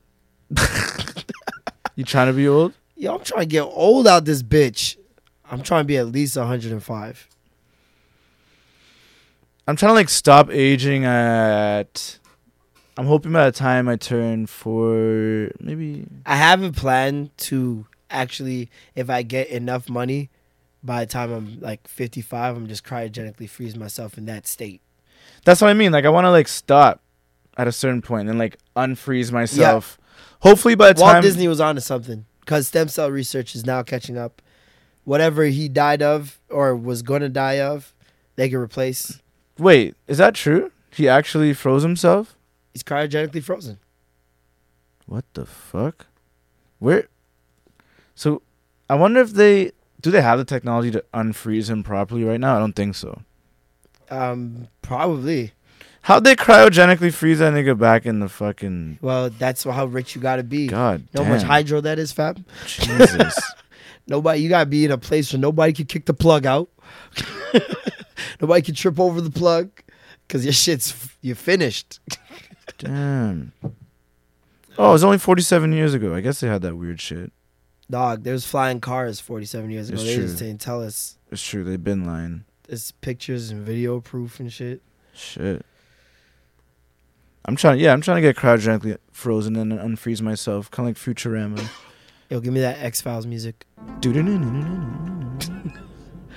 [SPEAKER 4] You trying to be old?
[SPEAKER 5] Yo, I'm trying to get old out this bitch. I'm trying to be at least 105.
[SPEAKER 4] I'm trying to like stop aging at. I'm hoping by the time I turn for maybe
[SPEAKER 5] I have a plan to actually, if I get enough money, by the time I'm like 55, I'm just cryogenically freeze myself in that state.
[SPEAKER 4] That's what I mean. Like I want to like stop at a certain point and like unfreeze myself. Hopefully by the
[SPEAKER 5] Walt
[SPEAKER 4] time
[SPEAKER 5] Disney was onto something because stem cell research is now catching up. Whatever he died of or was going to die of, they can replace.
[SPEAKER 4] Wait, is that true? He actually froze himself?
[SPEAKER 5] He's cryogenically frozen.
[SPEAKER 4] What the fuck? Where So I wonder if they do they have the technology to unfreeze him properly right now? I don't think so.
[SPEAKER 5] Um, probably.
[SPEAKER 4] How'd they cryogenically freeze that nigga back in the fucking
[SPEAKER 5] Well, that's how rich you got to be.
[SPEAKER 4] God
[SPEAKER 5] know
[SPEAKER 4] damn.
[SPEAKER 5] how much
[SPEAKER 4] [laughs]
[SPEAKER 5] hydro that is, Fab?
[SPEAKER 4] Jesus.
[SPEAKER 5] Nobody, you got to be in a place where nobody can kick the plug out. [laughs] nobody can trip over the plug because your shit's, you're finished.
[SPEAKER 4] damn. Oh, it was only 47 years ago. I guess they had that weird shit.
[SPEAKER 5] Dog, there's flying cars 47 years ago.
[SPEAKER 4] It's
[SPEAKER 5] they
[SPEAKER 4] true.
[SPEAKER 5] just didn't tell us.
[SPEAKER 4] It's true. They've been lying.
[SPEAKER 5] It's pictures and video proof and shit.
[SPEAKER 4] Shit. I'm trying. Yeah, I'm trying to get cryogenically frozen and then unfreeze myself, kind of like Futurama.
[SPEAKER 5] Yo, give me that X Files music.
[SPEAKER 4] Dun-dun-dun-dun-dun-dun.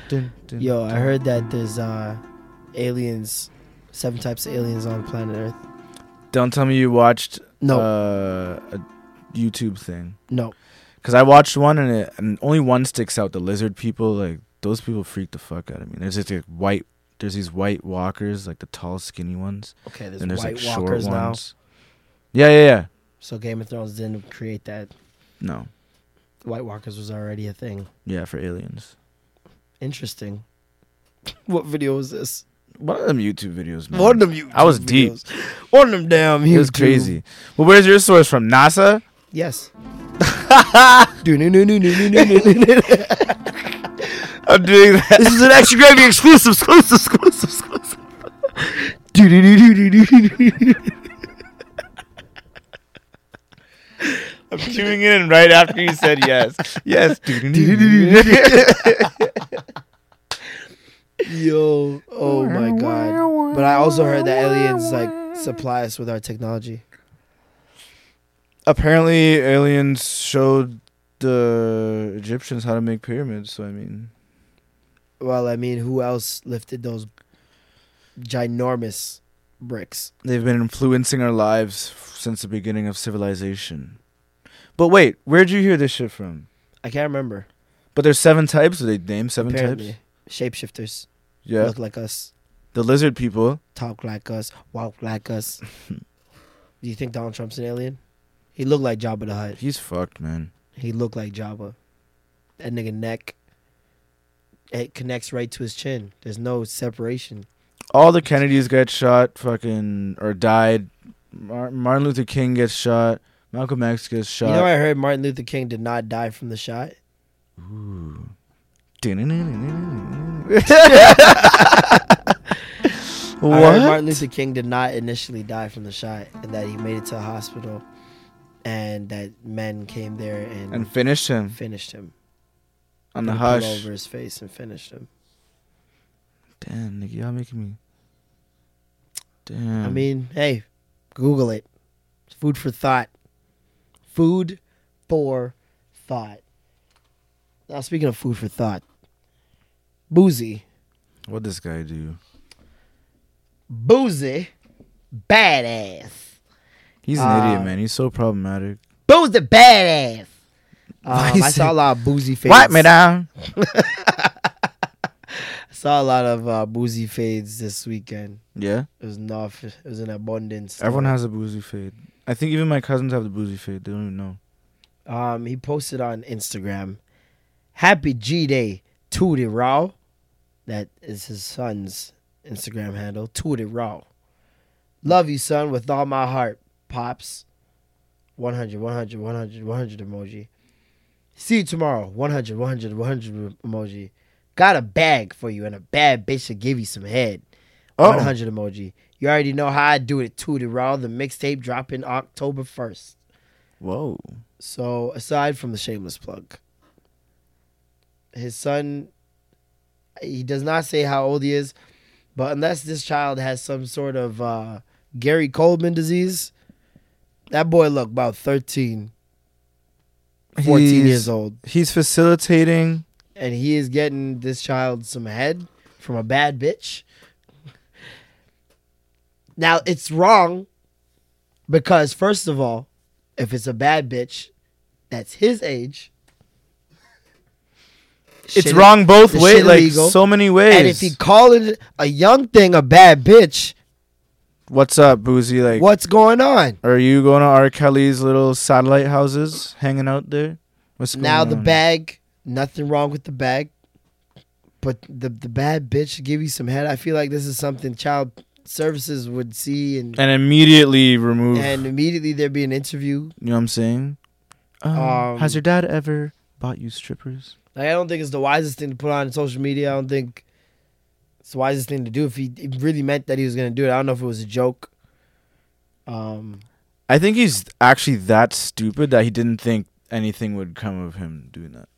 [SPEAKER 4] Dun, dun.
[SPEAKER 5] Yo, I heard that there's uh aliens, seven types of aliens on planet Earth.
[SPEAKER 4] Don't tell me you watched
[SPEAKER 5] No,
[SPEAKER 4] uh, a YouTube thing
[SPEAKER 5] no.
[SPEAKER 4] because I watched one and it, and only one sticks out. The lizard people, like those people, freak the fuck out of me. There's just like white. There's these white walkers, like the tall, skinny ones,
[SPEAKER 5] Okay, there's,
[SPEAKER 4] and there's
[SPEAKER 5] White
[SPEAKER 4] like short
[SPEAKER 5] Walkers now.
[SPEAKER 4] ones. Yeah, yeah, yeah.
[SPEAKER 5] So Game of Thrones didn't create that.
[SPEAKER 4] No,
[SPEAKER 5] White Walkers was already a thing.
[SPEAKER 4] yeah, for aliens.
[SPEAKER 5] Interesting. [laughs] what video was this?
[SPEAKER 4] One of them YouTube videos, man.
[SPEAKER 5] One of them. YouTube
[SPEAKER 4] I was deep.
[SPEAKER 5] videos. One of them damn.
[SPEAKER 4] It was
[SPEAKER 5] YouTube.
[SPEAKER 4] crazy. Well, where's your source from? NASA?
[SPEAKER 5] [laughs] Yes. Do no no no no no no no no.
[SPEAKER 4] I'm doing that.
[SPEAKER 5] This is an extra gravy exclusive, exclusive, exclusive, exclusive. Do do do do do do do.
[SPEAKER 4] I'm tuning in right after you said [laughs] yes. Yes.
[SPEAKER 5] [laughs] Yo, oh my god. But I also heard that aliens like supply us with our technology.
[SPEAKER 4] Apparently, aliens showed the Egyptians how to make pyramids. So I mean,
[SPEAKER 5] Well, I mean, who else lifted those ginormous bricks?
[SPEAKER 4] they've been influencing our lives f- since the beginning of civilization. But wait, where'd you hear this shit from?
[SPEAKER 5] I can't remember.
[SPEAKER 4] But there's seven types. Did they name seven
[SPEAKER 5] Apparently,
[SPEAKER 4] types?
[SPEAKER 5] shapeshifters
[SPEAKER 4] Yeah.
[SPEAKER 5] look like us,
[SPEAKER 4] The lizard people.
[SPEAKER 5] talk like us, walk like us. [laughs] Do you think Donald Trump's an alien? He looked like Jabba the Hutt.
[SPEAKER 4] He's fucked, man.
[SPEAKER 5] He looked like Jabba. That nigga neck. It connects right to his chin. There's no separation.
[SPEAKER 4] all the Kennedys get shot, fucking or died. Mar- Martin Luther King gets shot. Malcolm X gets shot.
[SPEAKER 5] You know, I heard Martin Luther King did not die from the shot.
[SPEAKER 4] [laughs]
[SPEAKER 5] I heard
[SPEAKER 4] what?
[SPEAKER 5] Martin Luther King did not initially die from the shot, and that he made it to the hospital, and that men came there and,
[SPEAKER 4] And finished him
[SPEAKER 5] finished him.
[SPEAKER 4] on the
[SPEAKER 5] Put a pillow
[SPEAKER 4] hush.
[SPEAKER 5] over his face and finished him.
[SPEAKER 4] Damn, nigga, y'all making me. Damn.
[SPEAKER 5] I mean, hey, Google it. It's food for thought. Food for thought. Now, speaking of food for thought, Boozy,
[SPEAKER 4] what this guy do?
[SPEAKER 5] Boozy, badass.
[SPEAKER 4] He's an
[SPEAKER 5] Uh,
[SPEAKER 4] idiot, man. He's so problematic.
[SPEAKER 5] Boozy, badass.
[SPEAKER 4] Why
[SPEAKER 5] Um, I
[SPEAKER 4] is
[SPEAKER 5] saw a
[SPEAKER 4] it-
[SPEAKER 5] lot of boozy fades.
[SPEAKER 4] Wipe me down.
[SPEAKER 5] I saw a lot of uh, boozy fades this weekend.
[SPEAKER 4] Yeah.
[SPEAKER 5] It was enough. It was an abundance.
[SPEAKER 4] Everyone has a boozy fade. I think even my cousins have the boozy fade. They don't even know.
[SPEAKER 5] Um, he posted on Instagram, "Happy G Day to the Raw." That is his son's Instagram handle. To the Raw. Love you, son, with all my heart. Pops. 100, 100, 100, 100 emoji. See you tomorrow. 100, 100, 100 emoji. Got a bag for you and a bad bitch to give you some head.
[SPEAKER 4] Oh.
[SPEAKER 5] 100 emoji. You already know how I do it. To the Raw. The mixtape dropping October 1st.
[SPEAKER 4] Whoa.
[SPEAKER 5] So aside from the shameless plug, his son, he does not say how old he is, but unless this child has some sort of uh, Gary Coleman disease, that boy look about 13, 14
[SPEAKER 4] He's-
[SPEAKER 5] years old,
[SPEAKER 4] He's facilitating.
[SPEAKER 5] and he is getting this child some head from a bad bitch. Now it's wrong because first of all, if it's a bad bitch that's his age,
[SPEAKER 4] It's
[SPEAKER 5] shit-
[SPEAKER 4] wrong both
[SPEAKER 5] the
[SPEAKER 4] ways.
[SPEAKER 5] shit
[SPEAKER 4] Like
[SPEAKER 5] illegal.
[SPEAKER 4] so many ways.
[SPEAKER 5] And if he calling a young thing a bad bitch,
[SPEAKER 4] What's up, boozy? Like,
[SPEAKER 5] what's going on?
[SPEAKER 4] are you going to R. Kelly's little satellite houses, hanging out there? What's going
[SPEAKER 5] Now the
[SPEAKER 4] on?
[SPEAKER 5] bag, nothing wrong with the bag, but the the bad bitch give you some head. I feel like this is something child services would see and
[SPEAKER 4] And immediately remove.
[SPEAKER 5] and immediately there'd be an interview.
[SPEAKER 4] you know what I'm saying? Um,
[SPEAKER 5] Um,
[SPEAKER 4] has your dad ever bought you strippers?
[SPEAKER 5] Like I don't think it's the wisest thing to put on social media. I don't think it's the wisest thing to do if he it really meant that he was gonna do it. I don't know if it was a joke. Um,
[SPEAKER 4] I think he's actually that stupid that he didn't think anything would come of him doing that.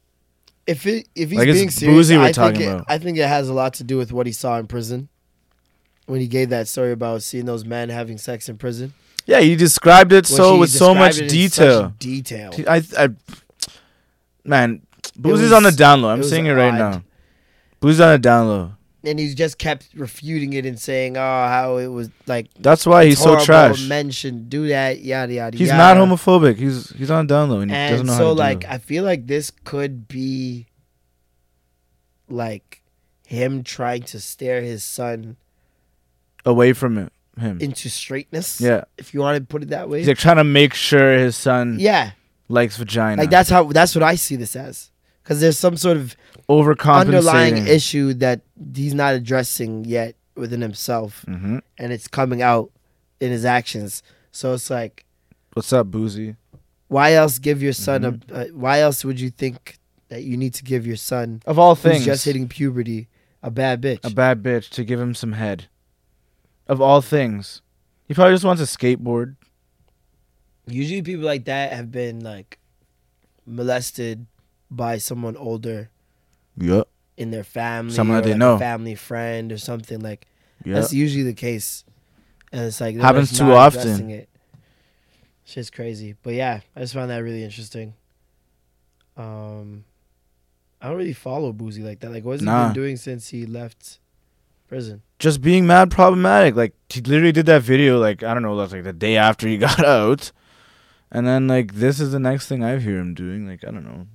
[SPEAKER 5] if it if he's
[SPEAKER 4] Like, it's
[SPEAKER 5] being serious,
[SPEAKER 4] boozy we're
[SPEAKER 5] I
[SPEAKER 4] talking
[SPEAKER 5] think it,
[SPEAKER 4] about.
[SPEAKER 5] I think it has a lot to do with what he saw in prison. When he gave that story about seeing those men having sex in prison,
[SPEAKER 4] Yeah, he described it
[SPEAKER 5] Which
[SPEAKER 4] so
[SPEAKER 5] he
[SPEAKER 4] with so much
[SPEAKER 5] described it in such detail.
[SPEAKER 4] detail. T- I, I, man, Boozy's
[SPEAKER 5] was-
[SPEAKER 4] on the down low.
[SPEAKER 5] it
[SPEAKER 4] I'm
[SPEAKER 5] was
[SPEAKER 4] saying it right
[SPEAKER 5] odd.
[SPEAKER 4] now. Boozy's on the down low.
[SPEAKER 5] and he just kept refuting it and saying, "Oh, how it was like
[SPEAKER 4] That's why he's so
[SPEAKER 5] horrible,
[SPEAKER 4] trash.
[SPEAKER 5] Men should do that, yada yada."
[SPEAKER 4] He's
[SPEAKER 5] yada.
[SPEAKER 4] not homophobic. He's he's on the down low and he doesn't
[SPEAKER 5] And
[SPEAKER 4] know
[SPEAKER 5] so,
[SPEAKER 4] how to
[SPEAKER 5] like,
[SPEAKER 4] do it.
[SPEAKER 5] I feel like this could be like him trying to steer his son
[SPEAKER 4] away from it, him.
[SPEAKER 5] into straightness.
[SPEAKER 4] Yeah,
[SPEAKER 5] if you want to put it that way.
[SPEAKER 4] he's like trying to make sure his son
[SPEAKER 5] yeah,
[SPEAKER 4] likes vagina.
[SPEAKER 5] Like that's how that's what I see this as. Because there's some sort of
[SPEAKER 4] overcompensating.
[SPEAKER 5] underlying issue that he's not addressing yet within himself,
[SPEAKER 4] Mhm.
[SPEAKER 5] and it's coming out in his actions. So it's like,
[SPEAKER 4] What's up, Boozy?
[SPEAKER 5] why else give your son
[SPEAKER 4] Mm-hmm.
[SPEAKER 5] a? Uh, why else would you think that you need to give your son
[SPEAKER 4] Of all
[SPEAKER 5] who's
[SPEAKER 4] things,
[SPEAKER 5] just hitting puberty a bad bitch?
[SPEAKER 4] a bad bitch to give him some head. Of all things, he probably just wants a skateboard.
[SPEAKER 5] Usually, people like that have been like molested by someone older
[SPEAKER 4] Yup.
[SPEAKER 5] in their family,
[SPEAKER 4] Someone
[SPEAKER 5] or,
[SPEAKER 4] that they
[SPEAKER 5] like, a
[SPEAKER 4] know.
[SPEAKER 5] family friend, or something like.
[SPEAKER 4] Yup.
[SPEAKER 5] That's usually the case, and it's like they're
[SPEAKER 4] Happens
[SPEAKER 5] just
[SPEAKER 4] too
[SPEAKER 5] not
[SPEAKER 4] often.
[SPEAKER 5] addressing It. Shit's crazy, but yeah, I just found that really interesting. Um, I don't really follow Boozy like that. Like, what's he
[SPEAKER 4] Nah.
[SPEAKER 5] been doing since he left prison?
[SPEAKER 4] Just being mad problematic. Like he literally did that video. Like I don't know, that's like the day after he [laughs] got out. And then like this is the next thing I hear him doing. Like I don't know.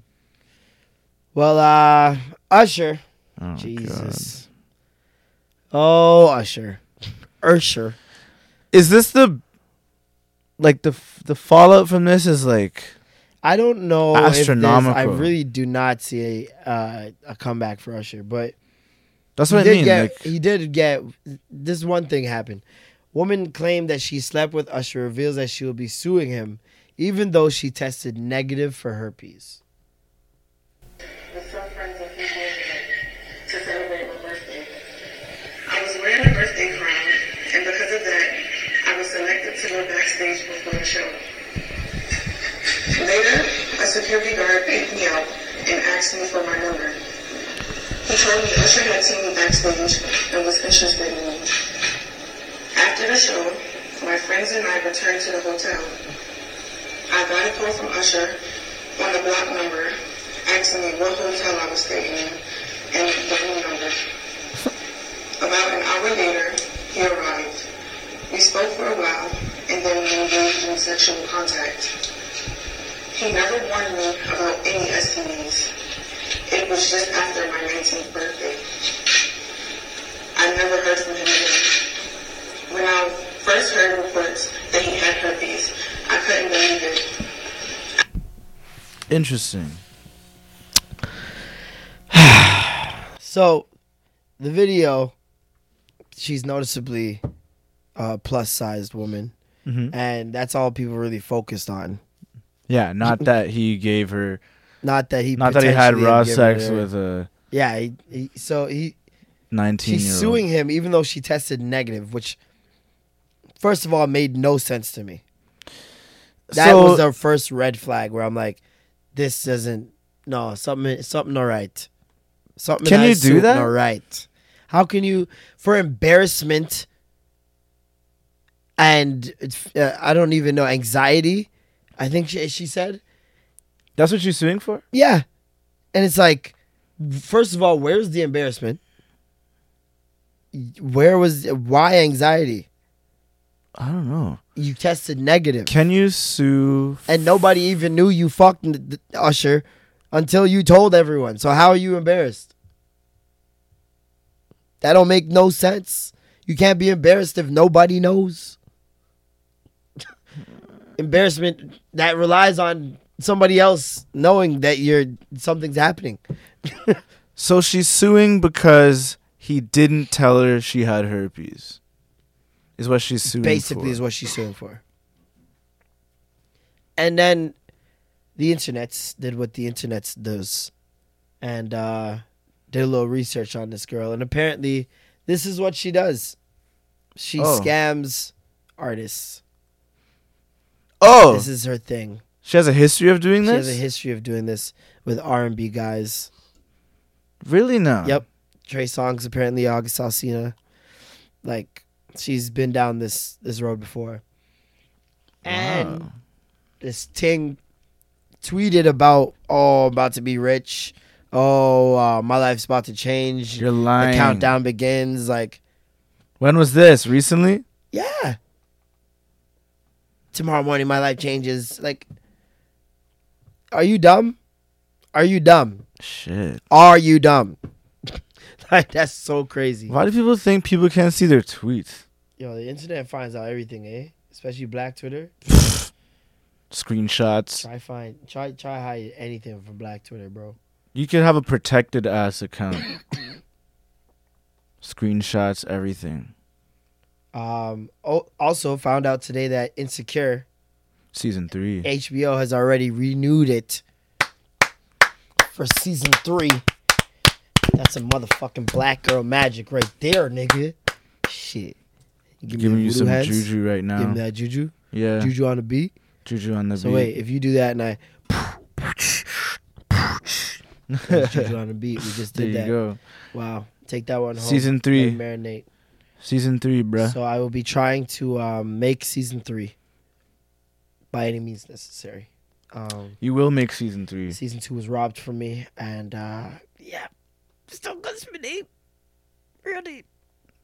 [SPEAKER 5] Well, uh, Usher,
[SPEAKER 4] Oh,
[SPEAKER 5] Jesus, oh Usher, Usher.
[SPEAKER 4] is this the like the f- the fallout from this is like
[SPEAKER 5] I don't know. if there's- I
[SPEAKER 4] Astronomical.
[SPEAKER 5] really do not see a uh, a comeback for Usher, but
[SPEAKER 4] that's
[SPEAKER 5] he
[SPEAKER 4] what I
[SPEAKER 5] did
[SPEAKER 4] mean.
[SPEAKER 5] get.
[SPEAKER 4] like,
[SPEAKER 5] he did get. This one thing happened. Woman claimed that she slept with Usher. Reveals that she will be suing him, even though she tested negative for herpes.
[SPEAKER 8] with some friends a few days ago to celebrate my birthday. I was wearing a birthday crown, and because of that, I was selected to go backstage before the show. Later, a security guard picked me out and asked me for my number. He told me Usher had seen me backstage and was interested in me. After the show, my friends and I returned to the hotel. I got a call from Usher on the block number asking me what hotel I was staying in and the room number. About an hour later, he arrived. We spoke for a while and then we engaged in sexual contact. He never warned me about any STDs. It was just after my 19th birthday. I never heard from him again. When I first heard reports that he had herpes, I couldn't believe it.
[SPEAKER 4] Interesting.
[SPEAKER 5] So, the video, she's noticeably a plus sized woman,
[SPEAKER 4] Mm-hmm.
[SPEAKER 5] and that's all people really focused on.
[SPEAKER 4] Yeah, not that he gave her,
[SPEAKER 5] Not that he
[SPEAKER 4] not that he had
[SPEAKER 5] potentially
[SPEAKER 4] raw
[SPEAKER 5] given
[SPEAKER 4] sex
[SPEAKER 5] her-
[SPEAKER 4] with a
[SPEAKER 5] Yeah, he, he, so he
[SPEAKER 4] nineteen year
[SPEAKER 5] she's
[SPEAKER 4] old.
[SPEAKER 5] suing him even though she tested negative, which first of all made no sense to me. That
[SPEAKER 4] So-
[SPEAKER 5] was the first red flag where I'm like, this doesn't no something something all right. Something
[SPEAKER 4] Can you
[SPEAKER 5] ain't
[SPEAKER 4] do
[SPEAKER 5] suitin'
[SPEAKER 4] that?
[SPEAKER 5] All right. How can you for embarrassment and uh, I don't even know anxiety? I think she, she said.
[SPEAKER 4] That's what she's suing for.
[SPEAKER 5] Yeah. And it's like, first of all, where's the embarrassment? Where was why anxiety?
[SPEAKER 4] I don't know.
[SPEAKER 5] You tested negative,
[SPEAKER 4] Can you sue?
[SPEAKER 5] and nobody even knew you fucked n- th- Usher until you told everyone. So how are you embarrassed? That don't make no sense. You can't be embarrassed if nobody knows. [laughs] Embarrassment that relies on somebody else knowing that you're something's happening. [laughs]
[SPEAKER 4] So she's suing because he didn't tell her she had herpes. Is what she's suing
[SPEAKER 5] basically
[SPEAKER 4] for.
[SPEAKER 5] is what she's suing for. And then the internets did what the internets does and uh, did a little research on this girl. And apparently, this is what she does she
[SPEAKER 4] Oh.
[SPEAKER 5] scams artists.
[SPEAKER 4] oh,
[SPEAKER 5] This is her thing.
[SPEAKER 4] she has a history of doing
[SPEAKER 5] She
[SPEAKER 4] this.
[SPEAKER 5] has a history of doing this with R&B guys.
[SPEAKER 4] really now?
[SPEAKER 5] Yep. Trey Songz apparently August Alsina. Like she's been down this this road before. And this Ting tweeted about oh I'm about to be rich. Oh uh, my life's about to change.
[SPEAKER 4] You're lying.
[SPEAKER 5] The countdown begins like
[SPEAKER 4] When was this? Recently?
[SPEAKER 5] yeah. Tomorrow morning my life changes. Like are you dumb? Are you dumb?
[SPEAKER 4] Shit.
[SPEAKER 5] Are you dumb? [laughs] like that's so crazy.
[SPEAKER 4] Why do people think people can't see their tweets?
[SPEAKER 5] Yo, the internet finds out everything, eh? Especially Black Twitter.
[SPEAKER 4] Screenshots.
[SPEAKER 5] Try find, try try hide anything from Black Twitter, bro.
[SPEAKER 4] You could have a protected ass account. [coughs] Screenshots, everything.
[SPEAKER 5] Um. Oh, also found out today that Insecure
[SPEAKER 4] Season three.
[SPEAKER 5] HBO has already renewed it for season three. That's a motherfucking black girl magic right there, nigga. Shit. You give
[SPEAKER 4] Giving
[SPEAKER 5] them
[SPEAKER 4] you
[SPEAKER 5] voodoo
[SPEAKER 4] some
[SPEAKER 5] heads,
[SPEAKER 4] juju right
[SPEAKER 5] Give me
[SPEAKER 4] now.
[SPEAKER 5] that juju.
[SPEAKER 4] Yeah.
[SPEAKER 5] Juju on the beat.
[SPEAKER 4] Juju on the
[SPEAKER 5] So
[SPEAKER 4] beat.
[SPEAKER 5] wait, if you do that
[SPEAKER 4] [laughs]
[SPEAKER 5] and I. That's juju on the beat. We just
[SPEAKER 4] there
[SPEAKER 5] did
[SPEAKER 4] you
[SPEAKER 5] that.
[SPEAKER 4] go.
[SPEAKER 5] Wow. Take that one home.
[SPEAKER 4] Season three.
[SPEAKER 5] and Marinate.
[SPEAKER 4] Season three, bruh.
[SPEAKER 5] So I will be trying to um, make season three by any means necessary. Um,
[SPEAKER 4] you will make season three.
[SPEAKER 5] season two was robbed from me, and uh, yeah, still goes for deep, real deep.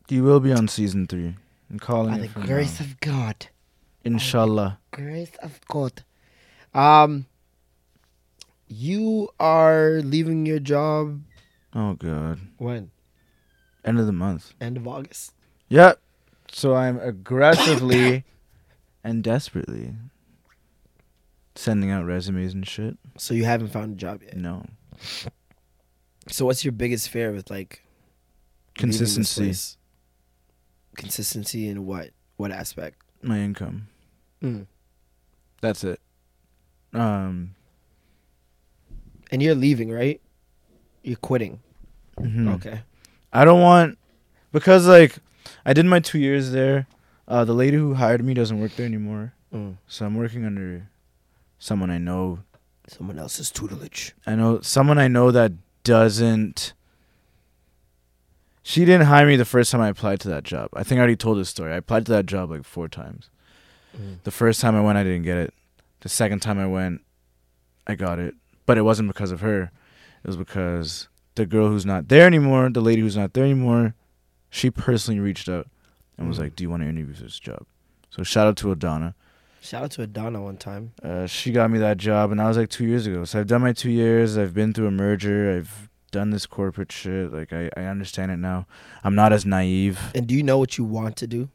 [SPEAKER 4] You will be on season three. I'm calling
[SPEAKER 5] By
[SPEAKER 4] it
[SPEAKER 5] the
[SPEAKER 4] from
[SPEAKER 5] grace
[SPEAKER 4] now.
[SPEAKER 5] of God,
[SPEAKER 4] Inshallah.
[SPEAKER 5] grace of God. Um, you are leaving your job
[SPEAKER 4] Oh god.
[SPEAKER 5] when?
[SPEAKER 4] End of the month.
[SPEAKER 5] End of August.
[SPEAKER 4] Yep. So I'm
[SPEAKER 5] [coughs]
[SPEAKER 4] aggressively and desperately sending out resumes and shit.
[SPEAKER 5] So you haven't found a job yet.
[SPEAKER 4] No.
[SPEAKER 5] So what's your biggest fear with like leaving this
[SPEAKER 4] Consistency.
[SPEAKER 5] place? Consistency in what? What aspect?
[SPEAKER 4] My income.
[SPEAKER 5] Mm.
[SPEAKER 4] That's it. Um
[SPEAKER 5] And you're leaving, right? You're quitting.
[SPEAKER 4] mhm.
[SPEAKER 5] Okay.
[SPEAKER 4] I don't want because like I did my two years there. Uh, the lady who hired me doesn't work there anymore,
[SPEAKER 5] Mm.
[SPEAKER 4] so I'm working under someone I know.
[SPEAKER 5] Someone else's tutelage.
[SPEAKER 4] I know someone I know that doesn't. She didn't hire me the first time I applied to that job. I think I already told this story. I applied to that job like four times. The first time I went, I didn't get it. The second time I went, I got it. But it wasn't because of her. It was because the girl who's not there anymore, the lady who's not there anymore, she personally reached out and was like, "Do you want to interview for this job?" So shout out to Adana.
[SPEAKER 5] Shout out to Adana one time.
[SPEAKER 4] Uh, she got me that job, and I was like two years ago. So I've done my two years. I've been through a merger. I've done this corporate shit. Like I, I understand it now. I'm not as naive.
[SPEAKER 5] And do you know what you want to do?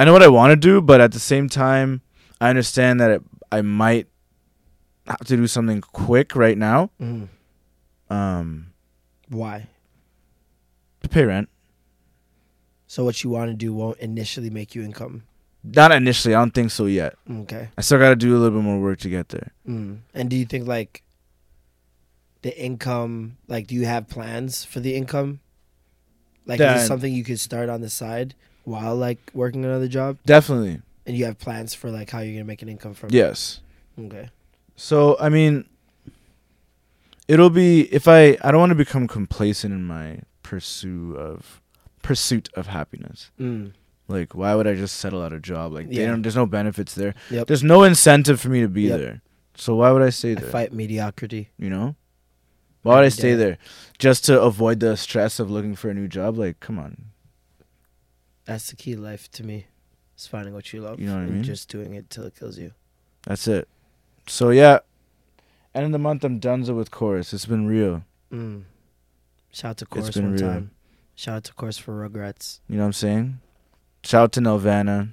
[SPEAKER 4] I know what I want to do, but at the same time, I understand that it, I might have to do something quick right now.
[SPEAKER 5] Mm.
[SPEAKER 4] Um,
[SPEAKER 5] Why?
[SPEAKER 4] to pay rent.
[SPEAKER 5] So what you want to do won't initially make you income.
[SPEAKER 4] Not initially. I don't think so yet.
[SPEAKER 5] Okay.
[SPEAKER 4] I still got to do a little bit more work to get there.
[SPEAKER 5] Mm. And do you think like the income, like, do you have plans for the income? Like, is
[SPEAKER 4] Done.
[SPEAKER 5] this something you could start on the side while like working another job,
[SPEAKER 4] Definitely.
[SPEAKER 5] and you have plans for like how you're gonna make an income from? it?
[SPEAKER 4] Yes.
[SPEAKER 5] Okay.
[SPEAKER 4] So I mean, it'll be if I I don't want to become complacent in my pursue of pursuit of happiness.
[SPEAKER 5] Mm.
[SPEAKER 4] Like, why would I just settle at a job? Like, they
[SPEAKER 5] Yeah.
[SPEAKER 4] don't, there's no benefits there.
[SPEAKER 5] Yep.
[SPEAKER 4] There's no incentive for me to be
[SPEAKER 5] Yep.
[SPEAKER 4] there. So why would I stay
[SPEAKER 5] I
[SPEAKER 4] there?
[SPEAKER 5] fight mediocrity.
[SPEAKER 4] You know, why would I
[SPEAKER 5] Every
[SPEAKER 4] stay
[SPEAKER 5] day.
[SPEAKER 4] there just to avoid the stress of looking for a new job? Like, come on,
[SPEAKER 5] That's the key to life to me. Is finding what you love
[SPEAKER 4] You know what I
[SPEAKER 5] and
[SPEAKER 4] mean?
[SPEAKER 5] just doing it till it kills you.
[SPEAKER 4] that's it. So yeah, end of the month I'm done with chorus. It's been real.
[SPEAKER 5] Mm. Shout out to Chorus
[SPEAKER 4] been
[SPEAKER 5] one
[SPEAKER 4] real.
[SPEAKER 5] time. Shout out to Chorus for Rugrats.
[SPEAKER 4] You know what I'm saying? Shout out to Nelvana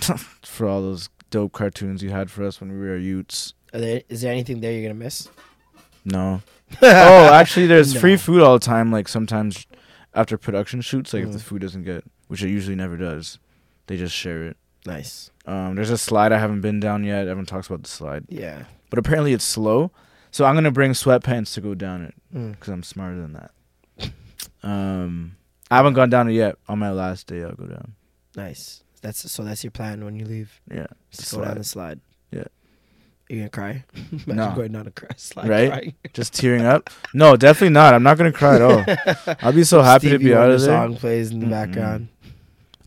[SPEAKER 4] [laughs] for all those dope cartoons you had for us when we were youths.
[SPEAKER 5] Are there, is there anything there you're gonna miss? [laughs]
[SPEAKER 4] No. oh, actually, there's free
[SPEAKER 5] No.
[SPEAKER 4] food all the time. Like sometimes after production shoots, like if the
[SPEAKER 5] Mm.
[SPEAKER 4] food doesn't get, which it usually never does, they just share it.
[SPEAKER 5] Nice.
[SPEAKER 4] Um, there's a slide I haven't been down yet. Everyone talks about the slide,
[SPEAKER 5] Yeah.
[SPEAKER 4] but apparently it's slow. So I'm gonna bring sweatpants to go down it
[SPEAKER 5] Mm.
[SPEAKER 4] because I'm smarter
[SPEAKER 5] [laughs]
[SPEAKER 4] than that. Um, I haven't gone down it yet. On my last day, I'll go down.
[SPEAKER 5] Nice. That's so. That's your plan when you leave.
[SPEAKER 4] Yeah,
[SPEAKER 5] Just go down the slide.
[SPEAKER 4] Yeah.
[SPEAKER 5] You gonna cry? [laughs] Imagine
[SPEAKER 4] No.
[SPEAKER 5] going down a cry slide.
[SPEAKER 4] Right?
[SPEAKER 5] crying.
[SPEAKER 4] just tearing up. No, definitely not. I'm not gonna cry at
[SPEAKER 5] [laughs]
[SPEAKER 4] all. I'll be so happy to
[SPEAKER 5] Stevie
[SPEAKER 4] be out
[SPEAKER 5] Wonder
[SPEAKER 4] of there.
[SPEAKER 5] Song plays in the
[SPEAKER 4] Mm-mm.
[SPEAKER 5] background.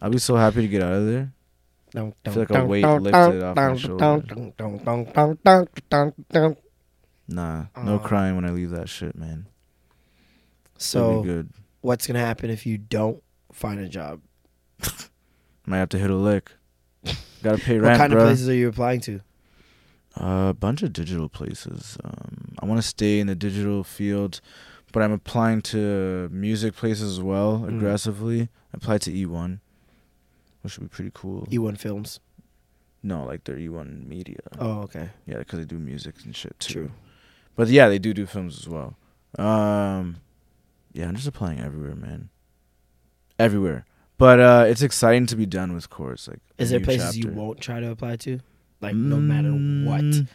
[SPEAKER 4] I'll be so happy to get out of there.
[SPEAKER 5] Dun,
[SPEAKER 4] I
[SPEAKER 5] dun,
[SPEAKER 4] feel like a
[SPEAKER 5] dun,
[SPEAKER 4] weight
[SPEAKER 5] dun,
[SPEAKER 4] lifted off my
[SPEAKER 5] dun, dun,
[SPEAKER 4] shoulder.
[SPEAKER 5] dun, dun, dun, dun, dun, dun, dun.
[SPEAKER 4] Nah, no
[SPEAKER 5] Aw.
[SPEAKER 4] crying when I leave that shit, man. It'll be
[SPEAKER 5] So,
[SPEAKER 4] good.
[SPEAKER 5] what's gonna happen if you don't find a job?
[SPEAKER 4] Might have to hit a lick. Gotta pay
[SPEAKER 5] what
[SPEAKER 4] rent, Mm.
[SPEAKER 5] kind
[SPEAKER 4] bro.
[SPEAKER 5] of places are you applying to?
[SPEAKER 4] a bunch of digital places. Um, I want to stay in the digital field, but I'm applying to music places as well
[SPEAKER 5] Mm.
[SPEAKER 4] aggressively. I applied to E1, which would be pretty cool.
[SPEAKER 5] E1 E Films.
[SPEAKER 4] no, like their E1 Media.
[SPEAKER 5] Oh, okay.
[SPEAKER 4] Yeah, because they do music and shit too.
[SPEAKER 5] True.
[SPEAKER 4] But yeah, they do do films as well. Um, yeah, I'm just applying everywhere, man. Everywhere. But uh, it's exciting to be done with chorus. Like, a
[SPEAKER 5] Is there
[SPEAKER 4] new
[SPEAKER 5] places you
[SPEAKER 4] chapter.
[SPEAKER 5] won't try to apply to? Like no matter what.
[SPEAKER 4] Mm,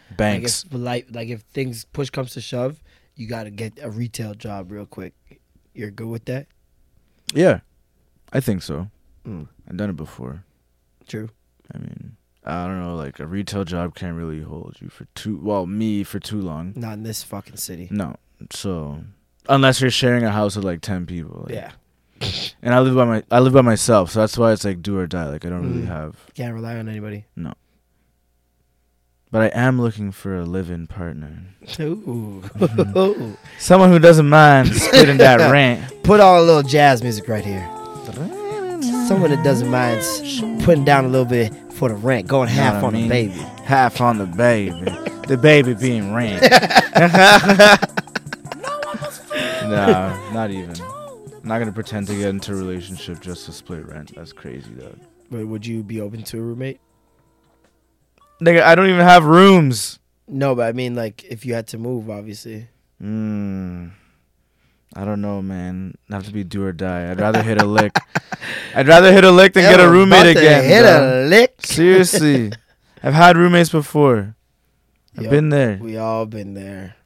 [SPEAKER 5] Like
[SPEAKER 4] Banks.
[SPEAKER 5] if, like, like if things push comes to shove, you gotta get a retail job real quick. You're good with that?
[SPEAKER 4] yeah, I think so.
[SPEAKER 5] Mm.
[SPEAKER 4] I've done it before.
[SPEAKER 5] True.
[SPEAKER 4] I mean, I don't know. Like a retail job can't really hold you for too. Well, me for too long.
[SPEAKER 5] Not in this fucking city.
[SPEAKER 4] No. So unless you're sharing a house with like ten people. like-
[SPEAKER 5] Yeah.
[SPEAKER 4] And I live by my I live by myself, so that's why it's like do or die. Like I don't really
[SPEAKER 5] Mm.
[SPEAKER 4] have
[SPEAKER 5] Can't rely on
[SPEAKER 4] [laughs]
[SPEAKER 5] anybody.
[SPEAKER 4] But I am looking for a live-in partner,
[SPEAKER 5] [laughs] Ooh.
[SPEAKER 4] someone who doesn't mind
[SPEAKER 5] [laughs]
[SPEAKER 4] spitting that rant.
[SPEAKER 5] Put on a little jazz music right here. Someone that doesn't mind s- putting down a little bit for the rent, going
[SPEAKER 4] Know
[SPEAKER 5] half
[SPEAKER 4] what I
[SPEAKER 5] on
[SPEAKER 4] mean?
[SPEAKER 5] the baby.
[SPEAKER 4] half on the baby,
[SPEAKER 5] [laughs]
[SPEAKER 4] the baby being rant. [laughs] nah, not even. I'm not gonna pretend to get into a relationship just to split rent. That's crazy, though.
[SPEAKER 5] But would you be open to a roommate?
[SPEAKER 4] Nigga, I don't even have rooms.
[SPEAKER 5] No, but I mean, like, if you had to move, obviously.
[SPEAKER 4] Mm. I don't know, man. I have to be do or die. I'd rather hit a lick. I'd rather hit a lick than get a
[SPEAKER 5] Yo,
[SPEAKER 4] roommate
[SPEAKER 5] about to
[SPEAKER 4] again.
[SPEAKER 5] Hit
[SPEAKER 4] bro.
[SPEAKER 5] a lick. [laughs]
[SPEAKER 4] Seriously. I've had roommates before. I've
[SPEAKER 5] Yo,
[SPEAKER 4] been there.
[SPEAKER 5] We all been there.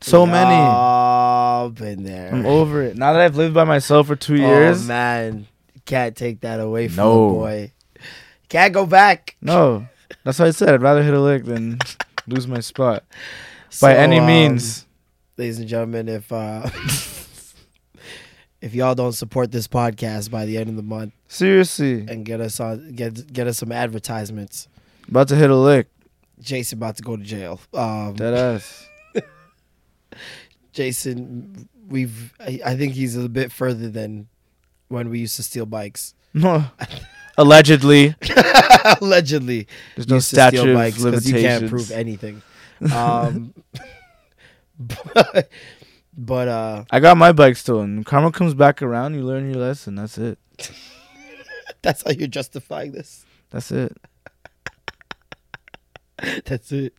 [SPEAKER 4] So
[SPEAKER 5] we
[SPEAKER 4] many.
[SPEAKER 5] All been there.
[SPEAKER 4] I'm over it. Now that I've lived by myself for two years.
[SPEAKER 5] Oh man, can't take that away from
[SPEAKER 4] No.
[SPEAKER 5] the boy. Can't go back
[SPEAKER 4] No. That's what I said. I'd rather hit a
[SPEAKER 5] [laughs]
[SPEAKER 4] lick than lose my spot.
[SPEAKER 5] So,
[SPEAKER 4] By any
[SPEAKER 5] um,
[SPEAKER 4] means.
[SPEAKER 5] ladies and gentlemen. If uh, [laughs] if y'all don't support this podcast by the end of the month
[SPEAKER 4] Seriously,
[SPEAKER 5] and get us on get get us some advertisements.
[SPEAKER 4] about to hit a lick.
[SPEAKER 5] Jason about to go to jail. Um, [laughs]
[SPEAKER 4] That ass.
[SPEAKER 5] Jason, we've I, I think he's a bit further than when we used to steal bikes. [laughs]
[SPEAKER 4] No. Allegedly,
[SPEAKER 5] Allegedly,
[SPEAKER 4] there's no
[SPEAKER 5] used to steal
[SPEAKER 4] statute of
[SPEAKER 5] 'cause you can't
[SPEAKER 4] limitations.
[SPEAKER 5] prove
[SPEAKER 4] [laughs]
[SPEAKER 5] anything. Um, [laughs] but, but uh,
[SPEAKER 4] I got my bike stolen. Karma comes back around. You learn your lesson. That's it.
[SPEAKER 5] that's how you're justifying this. [laughs]
[SPEAKER 4] That's it.
[SPEAKER 5] That's it.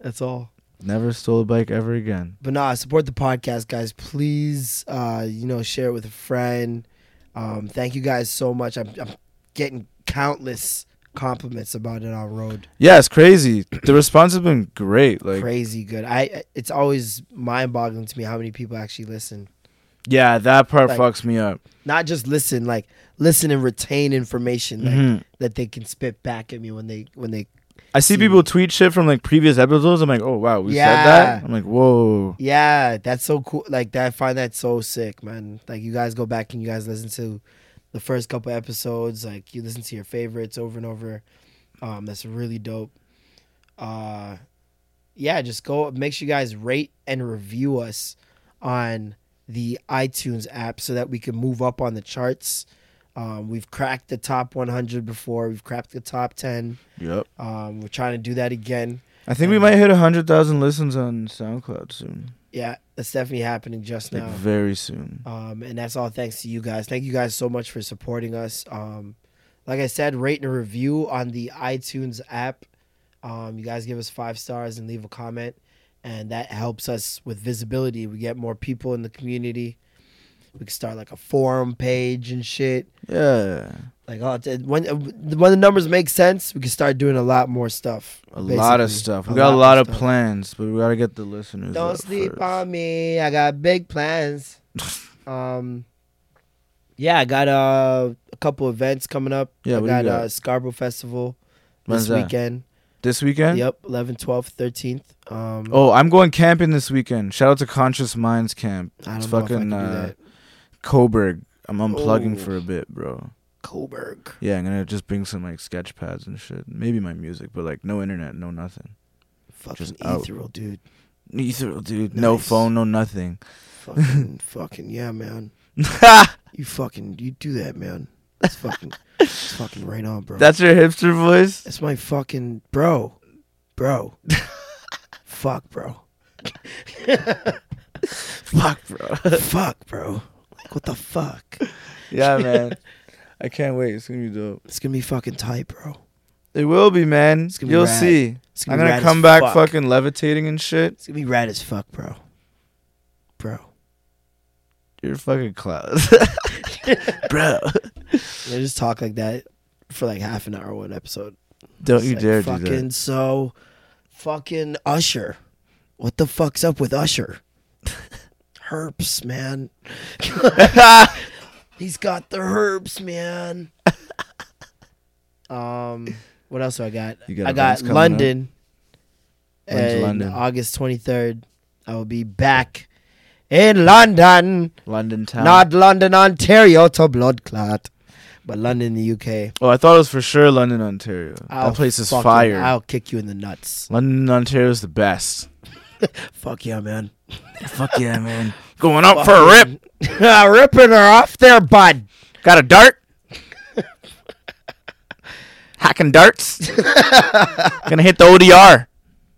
[SPEAKER 5] That's all.
[SPEAKER 4] Never stole a bike ever again.
[SPEAKER 5] But nah, support the podcast, guys. Please, uh, you know, share it with a friend. Um, thank you guys so much. I'm, I'm getting countless compliments about it on road.
[SPEAKER 4] Yeah, it's crazy. [clears throat] The response has been great. Like,
[SPEAKER 5] Crazy good. I. It's always mind boggling to me how many people actually listen.
[SPEAKER 4] yeah, that part
[SPEAKER 5] Like-
[SPEAKER 4] fucks me up.
[SPEAKER 5] Not just listen, like listen and retain information like,
[SPEAKER 4] Mhm.
[SPEAKER 5] that they can spit back at me when they when they.
[SPEAKER 4] I see
[SPEAKER 5] See.
[SPEAKER 4] people tweet shit from like previous episodes. I'm like, oh wow, we
[SPEAKER 5] Yeah.
[SPEAKER 4] said that. I'm like, whoa.
[SPEAKER 5] Yeah, that's so cool. Like that, I find that so sick, man. Like you guys go back and you guys listen to the first couple episodes. Like you listen to your favorites over and over. Um, that's really dope. Uh, yeah, just go. Make sure you guys rate and review us on the iTunes app so that we can move up on the charts. Um, we've cracked the top 100 before. We've cracked the top 10.
[SPEAKER 4] Yep.
[SPEAKER 5] Um, we're trying to do that again.
[SPEAKER 4] I think we might hit hundred thousand listens on SoundCloud soon.
[SPEAKER 5] Yeah, that's definitely happening just
[SPEAKER 4] Like
[SPEAKER 5] now.
[SPEAKER 4] very soon.
[SPEAKER 5] Um, and that's all thanks to you guys. Thank you guys so much for supporting us. Um, like I said, rate and review on the iTunes app. Um, you guys give us five stars and leave a comment, and that helps us with visibility. We get more people in the community. We can start like a forum page and shit.
[SPEAKER 4] Yeah.
[SPEAKER 5] Like oh, it's- when when the numbers make sense, we can start doing a lot more stuff.
[SPEAKER 4] A lot of
[SPEAKER 5] basically.
[SPEAKER 4] stuff. We got a lot of
[SPEAKER 5] stuff.
[SPEAKER 4] plans, but we gotta get the listeners.
[SPEAKER 5] Don't
[SPEAKER 4] up
[SPEAKER 5] sleep
[SPEAKER 4] first.
[SPEAKER 5] on me. I got big
[SPEAKER 4] [laughs]
[SPEAKER 5] plans. um, yeah, I got uh, a couple events coming up.
[SPEAKER 4] Yeah,
[SPEAKER 5] I
[SPEAKER 4] what do
[SPEAKER 5] got,
[SPEAKER 4] you got?
[SPEAKER 5] Uh, Scarborough Festival
[SPEAKER 4] When's
[SPEAKER 5] this
[SPEAKER 4] that?
[SPEAKER 5] weekend.
[SPEAKER 4] This weekend?
[SPEAKER 5] Yep, 11th, 12th, 13th. Um,
[SPEAKER 4] Oh, I'm going camping this weekend. Shout out to Conscious Minds Camp.
[SPEAKER 5] I don't
[SPEAKER 4] it's
[SPEAKER 5] know if I
[SPEAKER 4] fucking
[SPEAKER 5] can do
[SPEAKER 4] uh,
[SPEAKER 5] that.
[SPEAKER 4] Coburg. I'm unplugging
[SPEAKER 5] Oh.
[SPEAKER 4] for a bit, bro.
[SPEAKER 5] Coburg.
[SPEAKER 4] Yeah, I'm gonna just bring some like sketch pads and shit. Maybe my music, but like no internet, no nothing.
[SPEAKER 5] Fucking
[SPEAKER 4] out.
[SPEAKER 5] ethereal,
[SPEAKER 4] [laughs]
[SPEAKER 5] dude.
[SPEAKER 4] Neither, dude. No
[SPEAKER 5] Nice.
[SPEAKER 4] phone, no nothing.
[SPEAKER 5] Fucking, fucking, yeah,
[SPEAKER 4] [laughs]
[SPEAKER 5] man. You fucking, you do that, man. It's fucking, it's fucking right on, bro.
[SPEAKER 4] That's your hipster voice.
[SPEAKER 5] [laughs] That's my fucking bro, bro.
[SPEAKER 4] [laughs]
[SPEAKER 5] Fuck, bro.
[SPEAKER 4] Fuck, bro.
[SPEAKER 5] fuck, bro. Like, what the fuck?
[SPEAKER 4] [laughs]
[SPEAKER 5] [laughs]
[SPEAKER 4] yeah, man. I can't wait. It's gonna be dope.
[SPEAKER 5] It's gonna be fucking tight, bro.
[SPEAKER 4] It will be, man.
[SPEAKER 5] gonna be
[SPEAKER 4] You'll
[SPEAKER 5] rad.
[SPEAKER 4] see.
[SPEAKER 5] It's gonna
[SPEAKER 4] I'm
[SPEAKER 5] be rad
[SPEAKER 4] gonna
[SPEAKER 5] as
[SPEAKER 4] come back
[SPEAKER 5] fuck.
[SPEAKER 4] fucking levitating and shit.
[SPEAKER 5] It's gonna be rad as fuck, bro. Bro.
[SPEAKER 4] You're fucking cloud, [laughs] bro.
[SPEAKER 5] They just talk like that for like half an hour one episode.
[SPEAKER 4] Don't
[SPEAKER 5] It's
[SPEAKER 4] you
[SPEAKER 5] like,
[SPEAKER 4] dare do
[SPEAKER 5] fucking
[SPEAKER 4] that.
[SPEAKER 5] so fucking Usher. What the fuck's up with Usher? [laughs] herps, man. [laughs] He's got the herps,
[SPEAKER 4] [laughs]
[SPEAKER 5] man. um what else do I got?
[SPEAKER 4] You got
[SPEAKER 5] I
[SPEAKER 4] events
[SPEAKER 5] got
[SPEAKER 4] coming up?
[SPEAKER 5] London.
[SPEAKER 4] When's
[SPEAKER 5] And
[SPEAKER 4] London?
[SPEAKER 5] August twenty third. I will be back in London.
[SPEAKER 4] London town.
[SPEAKER 5] Not London, Ontario to blood clot, but London, the UK.
[SPEAKER 4] oh, I thought it was for sure London, Ontario.
[SPEAKER 5] I'll
[SPEAKER 4] that place is
[SPEAKER 5] fucking-
[SPEAKER 4] fire.
[SPEAKER 5] I'll kick you in the nuts.
[SPEAKER 4] London, Ontario is the best.
[SPEAKER 5] Fuck yeah, man.
[SPEAKER 4] Fuck yeah, man. [laughs] Going up for a rip.
[SPEAKER 5] [laughs] Ripping her off there, bud.
[SPEAKER 4] Got
[SPEAKER 5] [laughs]
[SPEAKER 4] a dart. Hacking darts. [laughs] Gonna hit the ODR.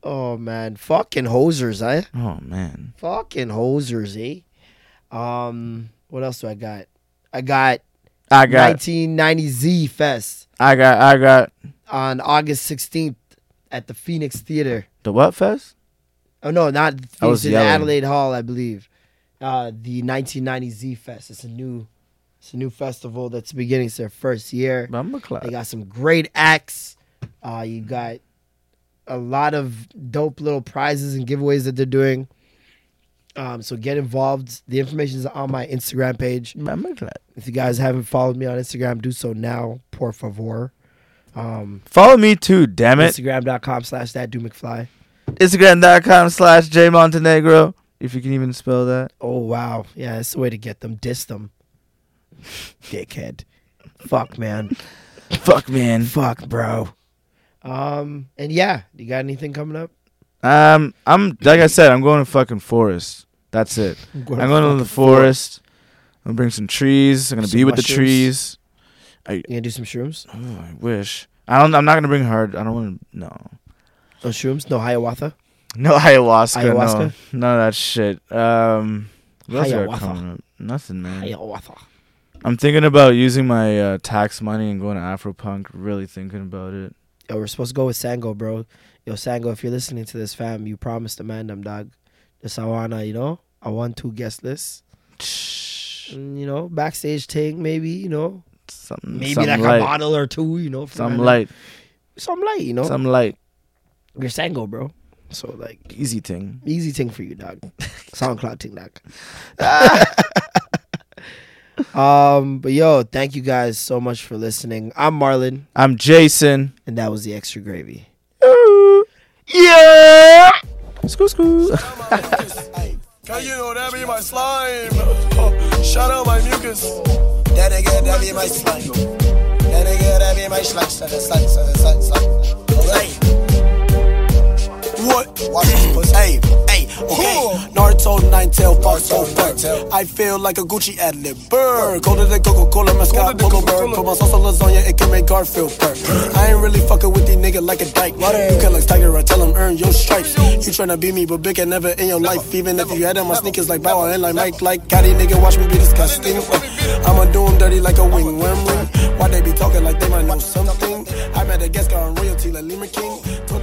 [SPEAKER 5] Oh man, fucking hosers, eh?
[SPEAKER 4] Oh man.
[SPEAKER 5] Fucking hosers, eh? Um, what else do I got? I got
[SPEAKER 4] I got.
[SPEAKER 5] 1990Z Fest
[SPEAKER 4] I got. I got
[SPEAKER 5] on August 16th at the Phoenix Theater.
[SPEAKER 4] the what fest?
[SPEAKER 5] Oh no, not the
[SPEAKER 4] I was
[SPEAKER 5] Phoenix, in
[SPEAKER 4] yelling.
[SPEAKER 5] Adelaide Hall, I believe. Uh, the 1990Z Fest. It's a new, it's a new festival that's beginning. It's their first year.
[SPEAKER 4] I'm a
[SPEAKER 5] They
[SPEAKER 4] cloud.
[SPEAKER 5] got some great acts. Uh, you got a lot of dope little prizes and giveaways that they're doing. Um, so get involved. The information is on my Instagram page.
[SPEAKER 4] I'm a cloud.
[SPEAKER 5] If you guys haven't followed me on Instagram, do so now, por favor.
[SPEAKER 4] Follow me too. Damn it.
[SPEAKER 5] Instagram.com slash that do McFly.
[SPEAKER 4] Instagram.com slash J Montenegro. if you can even spell that.
[SPEAKER 5] Oh wow, yeah, that's the way to get them. Diss them, dickhead. Fuck man,
[SPEAKER 4] Fuck, man.
[SPEAKER 5] fuck bro. Um, and yeah, you got anything coming up?
[SPEAKER 4] Um, I'm like I said, I'm going to fucking forest. That's it. I'm going, to the forest. I'm gonna bring some trees. I'm gonna
[SPEAKER 5] Some
[SPEAKER 4] be with the
[SPEAKER 5] mushrooms.
[SPEAKER 4] trees.
[SPEAKER 5] You gonna do some shrooms?
[SPEAKER 4] Oh, I wish. I don't. I'm not gonna bring hard. I don't want to. No.
[SPEAKER 5] No shrooms? No ayahuasca?
[SPEAKER 4] [laughs] No ayahuasca.
[SPEAKER 5] Ayahuasca?
[SPEAKER 4] No. None of that shit. Um. What else we got
[SPEAKER 5] Ayahuasca.
[SPEAKER 4] coming up? Nothing, man.
[SPEAKER 5] Ayahuasca.
[SPEAKER 4] I'm thinking about using my uh, tax money and going to Afropunk. Really thinking about it.
[SPEAKER 5] Yo, we're supposed to go with Sango, bro. Yo, Sango, if you're listening to this, fam, you promised a man, them dog. The Sawana, you know, I want two guest lists. And, you know, backstage thing, maybe, you know,
[SPEAKER 4] Something.
[SPEAKER 5] maybe
[SPEAKER 4] something
[SPEAKER 5] like
[SPEAKER 4] light.
[SPEAKER 5] a bottle or two, you know, for
[SPEAKER 4] Some
[SPEAKER 5] man.
[SPEAKER 4] light.
[SPEAKER 5] some light, you know.
[SPEAKER 4] Some light.
[SPEAKER 5] You're Sango, bro. So like,
[SPEAKER 4] Easy thing.
[SPEAKER 5] easy thing for you, dog.
[SPEAKER 4] [laughs]
[SPEAKER 5] SoundCloud thing, dog. [laughs] um, but yo, thank you guys so much for listening. I'm Marlon,
[SPEAKER 4] I'm Jason.
[SPEAKER 5] and that was the extra gravy.
[SPEAKER 4] Yeah. School, school.
[SPEAKER 9] Cause you know that be my slime. Oh, Shout out my mucus.
[SPEAKER 10] That nigga, that be my slime. That nigga, that be my slime, slime, slime, slime, slime, slime. Alright.
[SPEAKER 9] What?
[SPEAKER 10] Watch this pussy. Hey, hey, okay. Naruto, Ninetale, Farso, Bird. I feel like a Gucci ad lib. Bird. Go to the Coca Cola, mascot,
[SPEAKER 9] Go to the
[SPEAKER 10] Coca Bird.
[SPEAKER 9] Coca-Cola.
[SPEAKER 10] Put my sauce on lasagna, it can make Garfield burn. I ain't really fucking with these niggas like a dyke. You can like Tiger, I tell him earn your stripes. You tryna beat me, but big and never in your life. Even if you had on my sneakers like Bow and like Mike, like Gotti, nigga, watch me be disgusting. I'ma do 'em dirty like a wing worm ring. Why they be talking like they might know something? I met a guest on royalty like Lemur King. Told